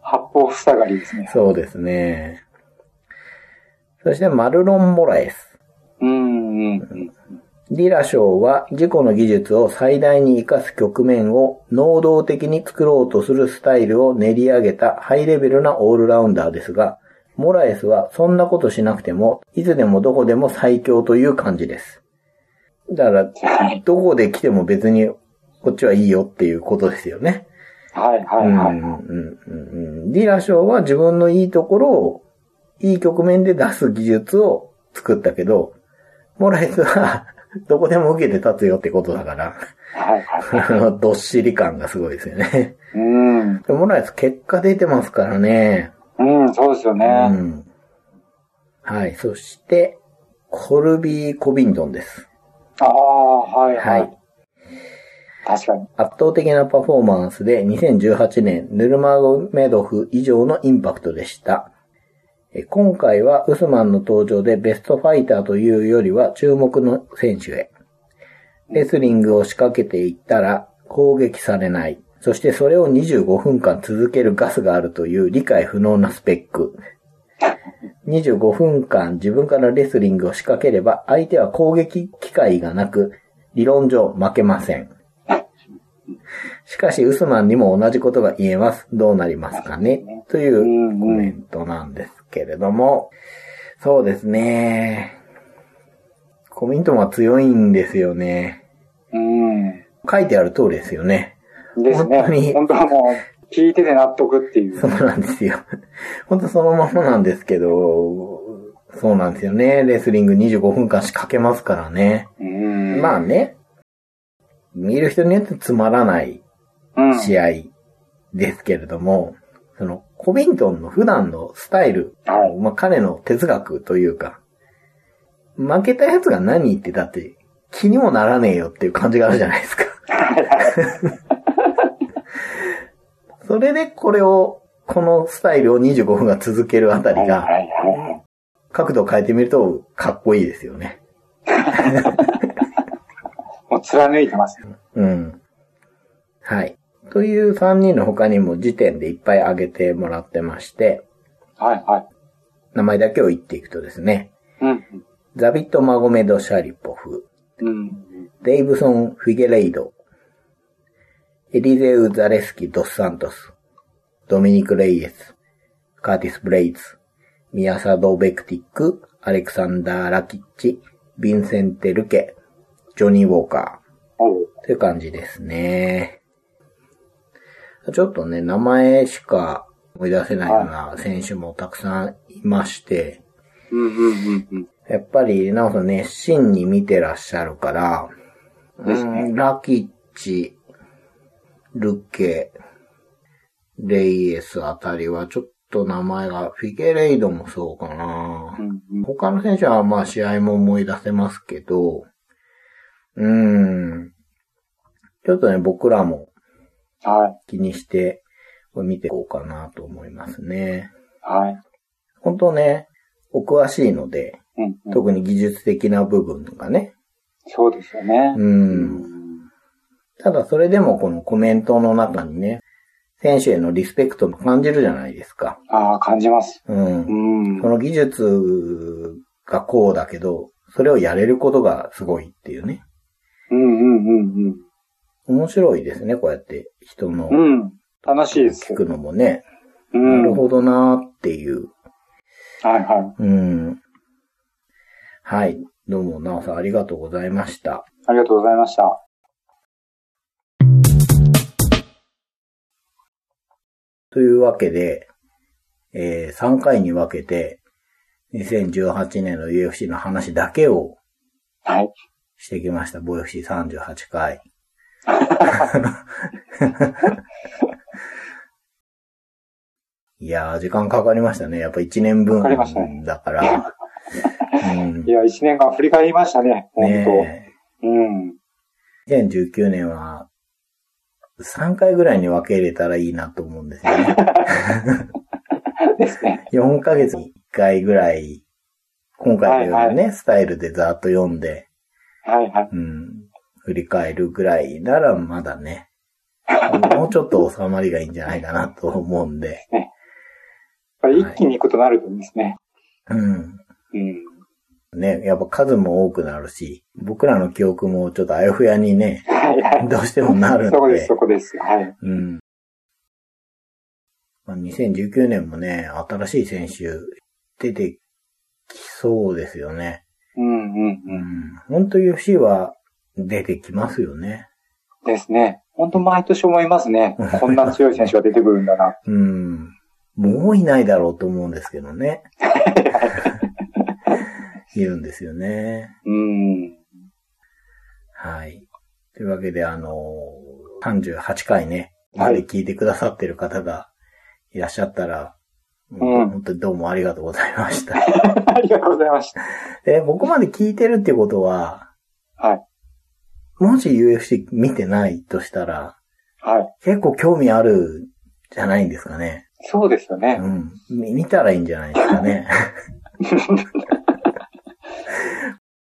[SPEAKER 2] 八方塞がりですね。
[SPEAKER 1] そうですね。そしてマルロン・モラエス。
[SPEAKER 2] うん、うん、うん。
[SPEAKER 1] ディラショーは自己の技術を最大に活かす局面を能動的に作ろうとするスタイルを練り上げたハイレベルなオールラウンダーですが、モラエスはそんなことしなくても、いつでもどこでも最強という感じです。だから、
[SPEAKER 2] はい、
[SPEAKER 1] どこで来ても別にこっちはいいよっていうことですよね。
[SPEAKER 2] はい、はい、はい。
[SPEAKER 1] うんうんうんうんディラショーは自分のいいところを、いい局面で出す技術を作ったけど、モラエスは、 どこでも受けて立つよってことだから、
[SPEAKER 2] はい、はい。
[SPEAKER 1] あのどっしり感がすごいですよね。
[SPEAKER 2] うん。
[SPEAKER 1] でもモラエス結果出てますからね。
[SPEAKER 2] うん、そうですよ
[SPEAKER 1] う
[SPEAKER 2] ね。
[SPEAKER 1] ん。はい。そして、コルビー・コビンドンです。
[SPEAKER 2] ああ、はい、は
[SPEAKER 1] はい
[SPEAKER 2] い。。確かに。
[SPEAKER 1] 圧倒的なパフォーマンスで2018年ヌルマゴメドフ以上のインパクトでした。え今回はウスマンの登場でベストファイターというよりは注目の選手へ。レスリングを仕掛けていったら攻撃されない。そしてそれを25分間続けるガスがあるという理解不能なスペック。25分間自分からレスリングを仕掛ければ相手は攻撃機会がなく理論上負けません。しかし、ウスマンにも同じことが言えます。どうなりますかねというコメントなんですけれども、そうですね。コミントンは強いんですよね。
[SPEAKER 2] うん。
[SPEAKER 1] 書いてある通りですよね。
[SPEAKER 2] です
[SPEAKER 1] 本当に
[SPEAKER 2] ね。本当はもう、聞いてて納得っていう。
[SPEAKER 1] そうなんですよ。 本当そのままなんですけど、そうなんですよね。レスリング25分間仕掛けますからね。
[SPEAKER 2] うん。
[SPEAKER 1] まあね、見る人によってつまらない
[SPEAKER 2] うん、
[SPEAKER 1] 試合ですけれども、その、コビントンの普段のスタイル、
[SPEAKER 2] はい
[SPEAKER 1] まあ彼の哲学というか、負けたやつが何言ってたって気にもならねえよっていう感じがあるじゃないですか。それでこれを、このスタイルを25分が続けるあたり
[SPEAKER 2] はいは
[SPEAKER 1] が、
[SPEAKER 2] いは
[SPEAKER 1] 角度を変えてみるとかっこいいですよね。
[SPEAKER 2] い。もう貫いてます。
[SPEAKER 1] うん。はい。という3人の他にも時点でいっぱい挙げてもらってまして、
[SPEAKER 2] はいはい。
[SPEAKER 1] 名前だけを言っていくとですね、
[SPEAKER 2] うん。
[SPEAKER 1] ザビット・マゴメド・シャリポフ、
[SPEAKER 2] うん。
[SPEAKER 1] デイブソン・フィゲレイド、エリゼウ・ザレスキ・ドス・サントス、ドミニク・レイエス、カーティス・ブレイズ、ミアサド・ベクティック、アレクサンダー・ラキッチ、ヴィンセンテ・ルケ、ジョニー・ウォーカ
[SPEAKER 2] おう
[SPEAKER 1] ー、という感じですね。ちょっとね、名前しか思い出せないような選手もたくさんいまして、
[SPEAKER 2] うんうんうんうん。
[SPEAKER 1] やっぱり、なおさん熱心に見てらっしゃるから、
[SPEAKER 2] ですね
[SPEAKER 1] うんラキッチ、ルケ、レイエスあたりはちょっと名前が、フィゲレイドもそうかな
[SPEAKER 2] う。んうん
[SPEAKER 1] 他の選手はまあ試合も思い出せますけど、うーん。ちょっとね、僕らも
[SPEAKER 2] はい。
[SPEAKER 1] 気にして、これ見ていこうかなと思いますね。
[SPEAKER 2] はい。
[SPEAKER 1] 本当ね、お詳しいので、
[SPEAKER 2] うんうん
[SPEAKER 1] 特に技術的な部分がね。
[SPEAKER 2] そうですよね。
[SPEAKER 1] う。
[SPEAKER 2] うんん
[SPEAKER 1] ただそれでもこのコメントの中にね、選手へのリスペクトも感じるじゃないですか。
[SPEAKER 2] ああ、感じます。
[SPEAKER 1] うん
[SPEAKER 2] う。ん。
[SPEAKER 1] その技術がこうだけど、それをやれることがすごいっていうね。
[SPEAKER 2] うんうんうん
[SPEAKER 1] 面白いですね、こうやって人の
[SPEAKER 2] うん。うん。楽しいです
[SPEAKER 1] 聞。くのもね。
[SPEAKER 2] うん。
[SPEAKER 1] なるほどなーっていう。
[SPEAKER 2] はいはい。
[SPEAKER 1] うん。はい。どうも、なおさんありがとうございました。
[SPEAKER 2] ありがとうございました。
[SPEAKER 1] というわけで、えー3回に分けて、2018年の UFC の話だけを
[SPEAKER 2] はい。
[SPEAKER 1] してきました。ボイフシ38回。 いやー、時間かかりましたね。やっぱ1年分
[SPEAKER 2] かかりましたね
[SPEAKER 1] だから。うん
[SPEAKER 2] いや、一年間振り返りましたね。本
[SPEAKER 1] ね
[SPEAKER 2] 当。うん。
[SPEAKER 1] え2019年は3回ぐらいに分けれたらいいなと思うんですよね。
[SPEAKER 2] ですね。
[SPEAKER 1] 4ヶ月に1回ぐらい、今回のようなね、
[SPEAKER 2] は
[SPEAKER 1] スタイルでざーっと読んで、
[SPEAKER 2] はいはい。
[SPEAKER 1] うん、振り返るぐらいならまだね、 もうちょっと収まりがいいんじゃないかなと思うんで、
[SPEAKER 2] やっぱり一気に行くとなるとですね。
[SPEAKER 1] うん。
[SPEAKER 2] うん。
[SPEAKER 1] ね、やっぱ数も多くなるし、僕らの記憶もちょっとあやふやにね、
[SPEAKER 2] はいは。
[SPEAKER 1] どうしてもないる
[SPEAKER 2] そこ
[SPEAKER 1] ん
[SPEAKER 2] です、
[SPEAKER 1] で
[SPEAKER 2] そ、こです。はい。
[SPEAKER 1] うん。まあ、2019年もね、新しい選手出てきそうですよね。
[SPEAKER 2] うんうん
[SPEAKER 1] う
[SPEAKER 2] うん。
[SPEAKER 1] ん。本当 UFC は出てきますよね。
[SPEAKER 2] ですね。本当毎年思いま すね。こんな強い選手が出てくるんだな。
[SPEAKER 1] うん。もういないだろうと思うんですけど ね。いるんですよね。
[SPEAKER 2] うん。
[SPEAKER 1] はい。というわけで、あのー、38回ね、
[SPEAKER 2] はい
[SPEAKER 1] まで聞いてくださってる方がいらっしゃったら、
[SPEAKER 2] ん
[SPEAKER 1] 本当にどうもありがとうございました。
[SPEAKER 2] ありがとうございました。
[SPEAKER 1] で、ここまで聞いてるってことは、
[SPEAKER 2] はい。
[SPEAKER 1] もし UFC 見てないとしたら、
[SPEAKER 2] はい。
[SPEAKER 1] 結構興味あるじゃないんですかね。
[SPEAKER 2] そうですよね。
[SPEAKER 1] うん。み見たらいいんじゃないですかね。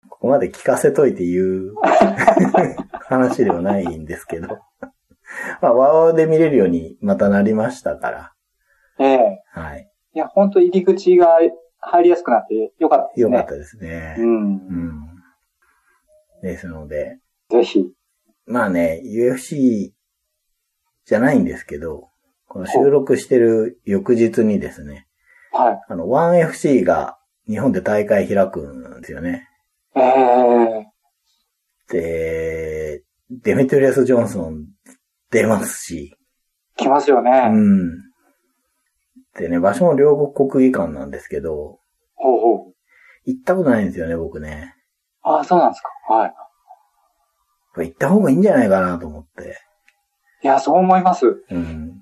[SPEAKER 1] ここまで聞かせといて言う 話ではないんですけど。まあ、ワオワオで見れるようにまたなりましたから。
[SPEAKER 2] ええ。
[SPEAKER 1] はい。
[SPEAKER 2] いや、本当入り口が入りやすくなってよかったです
[SPEAKER 1] よ
[SPEAKER 2] ね。
[SPEAKER 1] かったですね。
[SPEAKER 2] うん
[SPEAKER 1] う。ん。ですので、
[SPEAKER 2] ぜひ。
[SPEAKER 1] まあね、UFC じゃないんですけど、この収録してる翌日にですね、
[SPEAKER 2] はい。
[SPEAKER 1] あの、1FC が日本で大会開くんですよね。
[SPEAKER 2] ええ。
[SPEAKER 1] で、デメトリアス・ジョンソン出ますし、
[SPEAKER 2] 来ますよね。
[SPEAKER 1] うん。でね、場所も両国国技館なんですけど、
[SPEAKER 2] ほうほう。
[SPEAKER 1] 行ったことないんですよね、僕ね。
[SPEAKER 2] ああ、そうなんですか。はい。
[SPEAKER 1] これ行った方がいいんじゃないかなと思って。
[SPEAKER 2] いや、そう思います。
[SPEAKER 1] うん。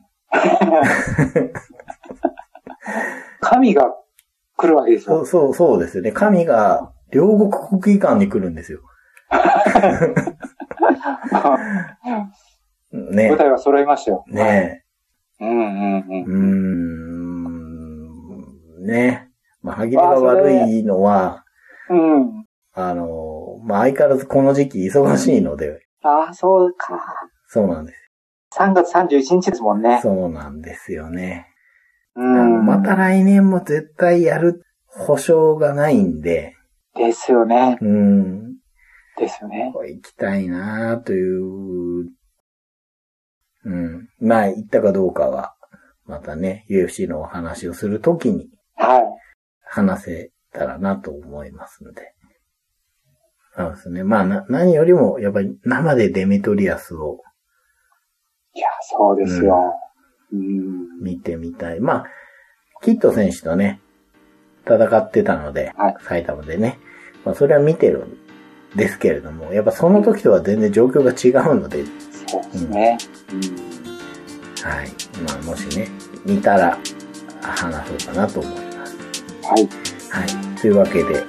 [SPEAKER 2] 神が来るわけです
[SPEAKER 1] そ
[SPEAKER 2] よ。
[SPEAKER 1] う、そう、そうですよね。神が両国国技館に来るんですよ。ね
[SPEAKER 2] 舞台は揃いましたよ。
[SPEAKER 1] ね
[SPEAKER 2] え。うんうん
[SPEAKER 1] う
[SPEAKER 2] うん。
[SPEAKER 1] ーん。ねまあ、歯切れが悪いのは、
[SPEAKER 2] うん。
[SPEAKER 1] あの、まあ、相変わらずこの時期忙しいので、
[SPEAKER 2] ああ、そうか。
[SPEAKER 1] そうなんです。
[SPEAKER 2] 3月31日ですもんね。
[SPEAKER 1] そうなんですよね。
[SPEAKER 2] う
[SPEAKER 1] あの
[SPEAKER 2] ん。
[SPEAKER 1] また来年も絶対やる保証がないんで、
[SPEAKER 2] ですよね。
[SPEAKER 1] うん、
[SPEAKER 2] ですよね。
[SPEAKER 1] これ行きたいなという、うん、まあ行ったかどうかは、またね、UFC のお話をするときに
[SPEAKER 2] はい。
[SPEAKER 1] 話せたらなと思いますので。そうですね。まあな、何よりも、やっぱり生でデメトリアスを
[SPEAKER 2] いや、そうですよ。うん。
[SPEAKER 1] 見てみたい。まあ、キット選手とね、戦ってたので、
[SPEAKER 2] はい
[SPEAKER 1] 埼玉でね。まあ、それは見てるんですけれども、やっぱその時とは全然状況が違うので、
[SPEAKER 2] そうですね。うん。
[SPEAKER 1] はい。まあ、もしね、見たら、話そうかなと思います。
[SPEAKER 2] はい。
[SPEAKER 1] はい。というわけで、え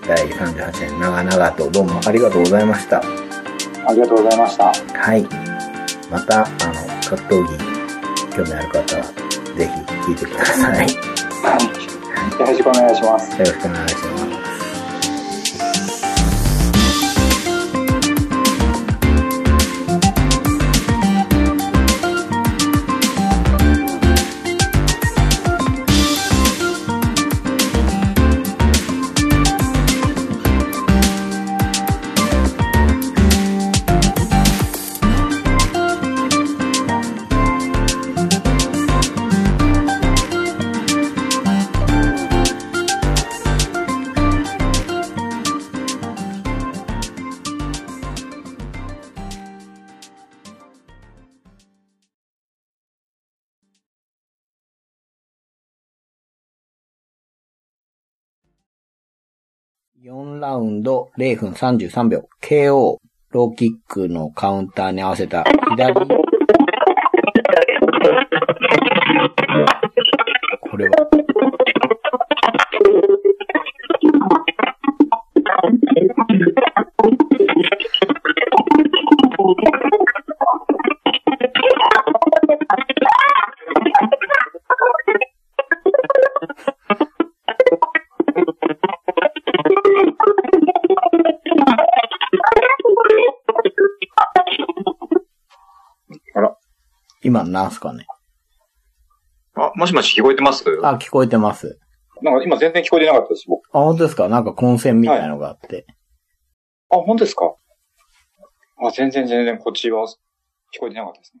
[SPEAKER 1] ー、第38年長々とどうもありがとうございました。
[SPEAKER 2] ありがとうございました。
[SPEAKER 1] はい。また、あの、格闘技、興味ある方は、ぜひ聞いてください。よ
[SPEAKER 2] はい。よろしくお願いします。
[SPEAKER 1] ろしくお願いします。4ラウンド0分33秒、KO、ローキックのカウンターに合わせた左。これは。
[SPEAKER 3] あら。
[SPEAKER 1] 今なんすかね。
[SPEAKER 3] あ、もしもし聞こえてます
[SPEAKER 1] あ、聞こえてます。
[SPEAKER 3] なんか今全然聞こえてなかったです、僕。
[SPEAKER 1] あ、本当ですかなんか混戦みたいなのがあって。
[SPEAKER 3] あ、本当ですかあ、全然全然こっちは聞こえてなかったですね。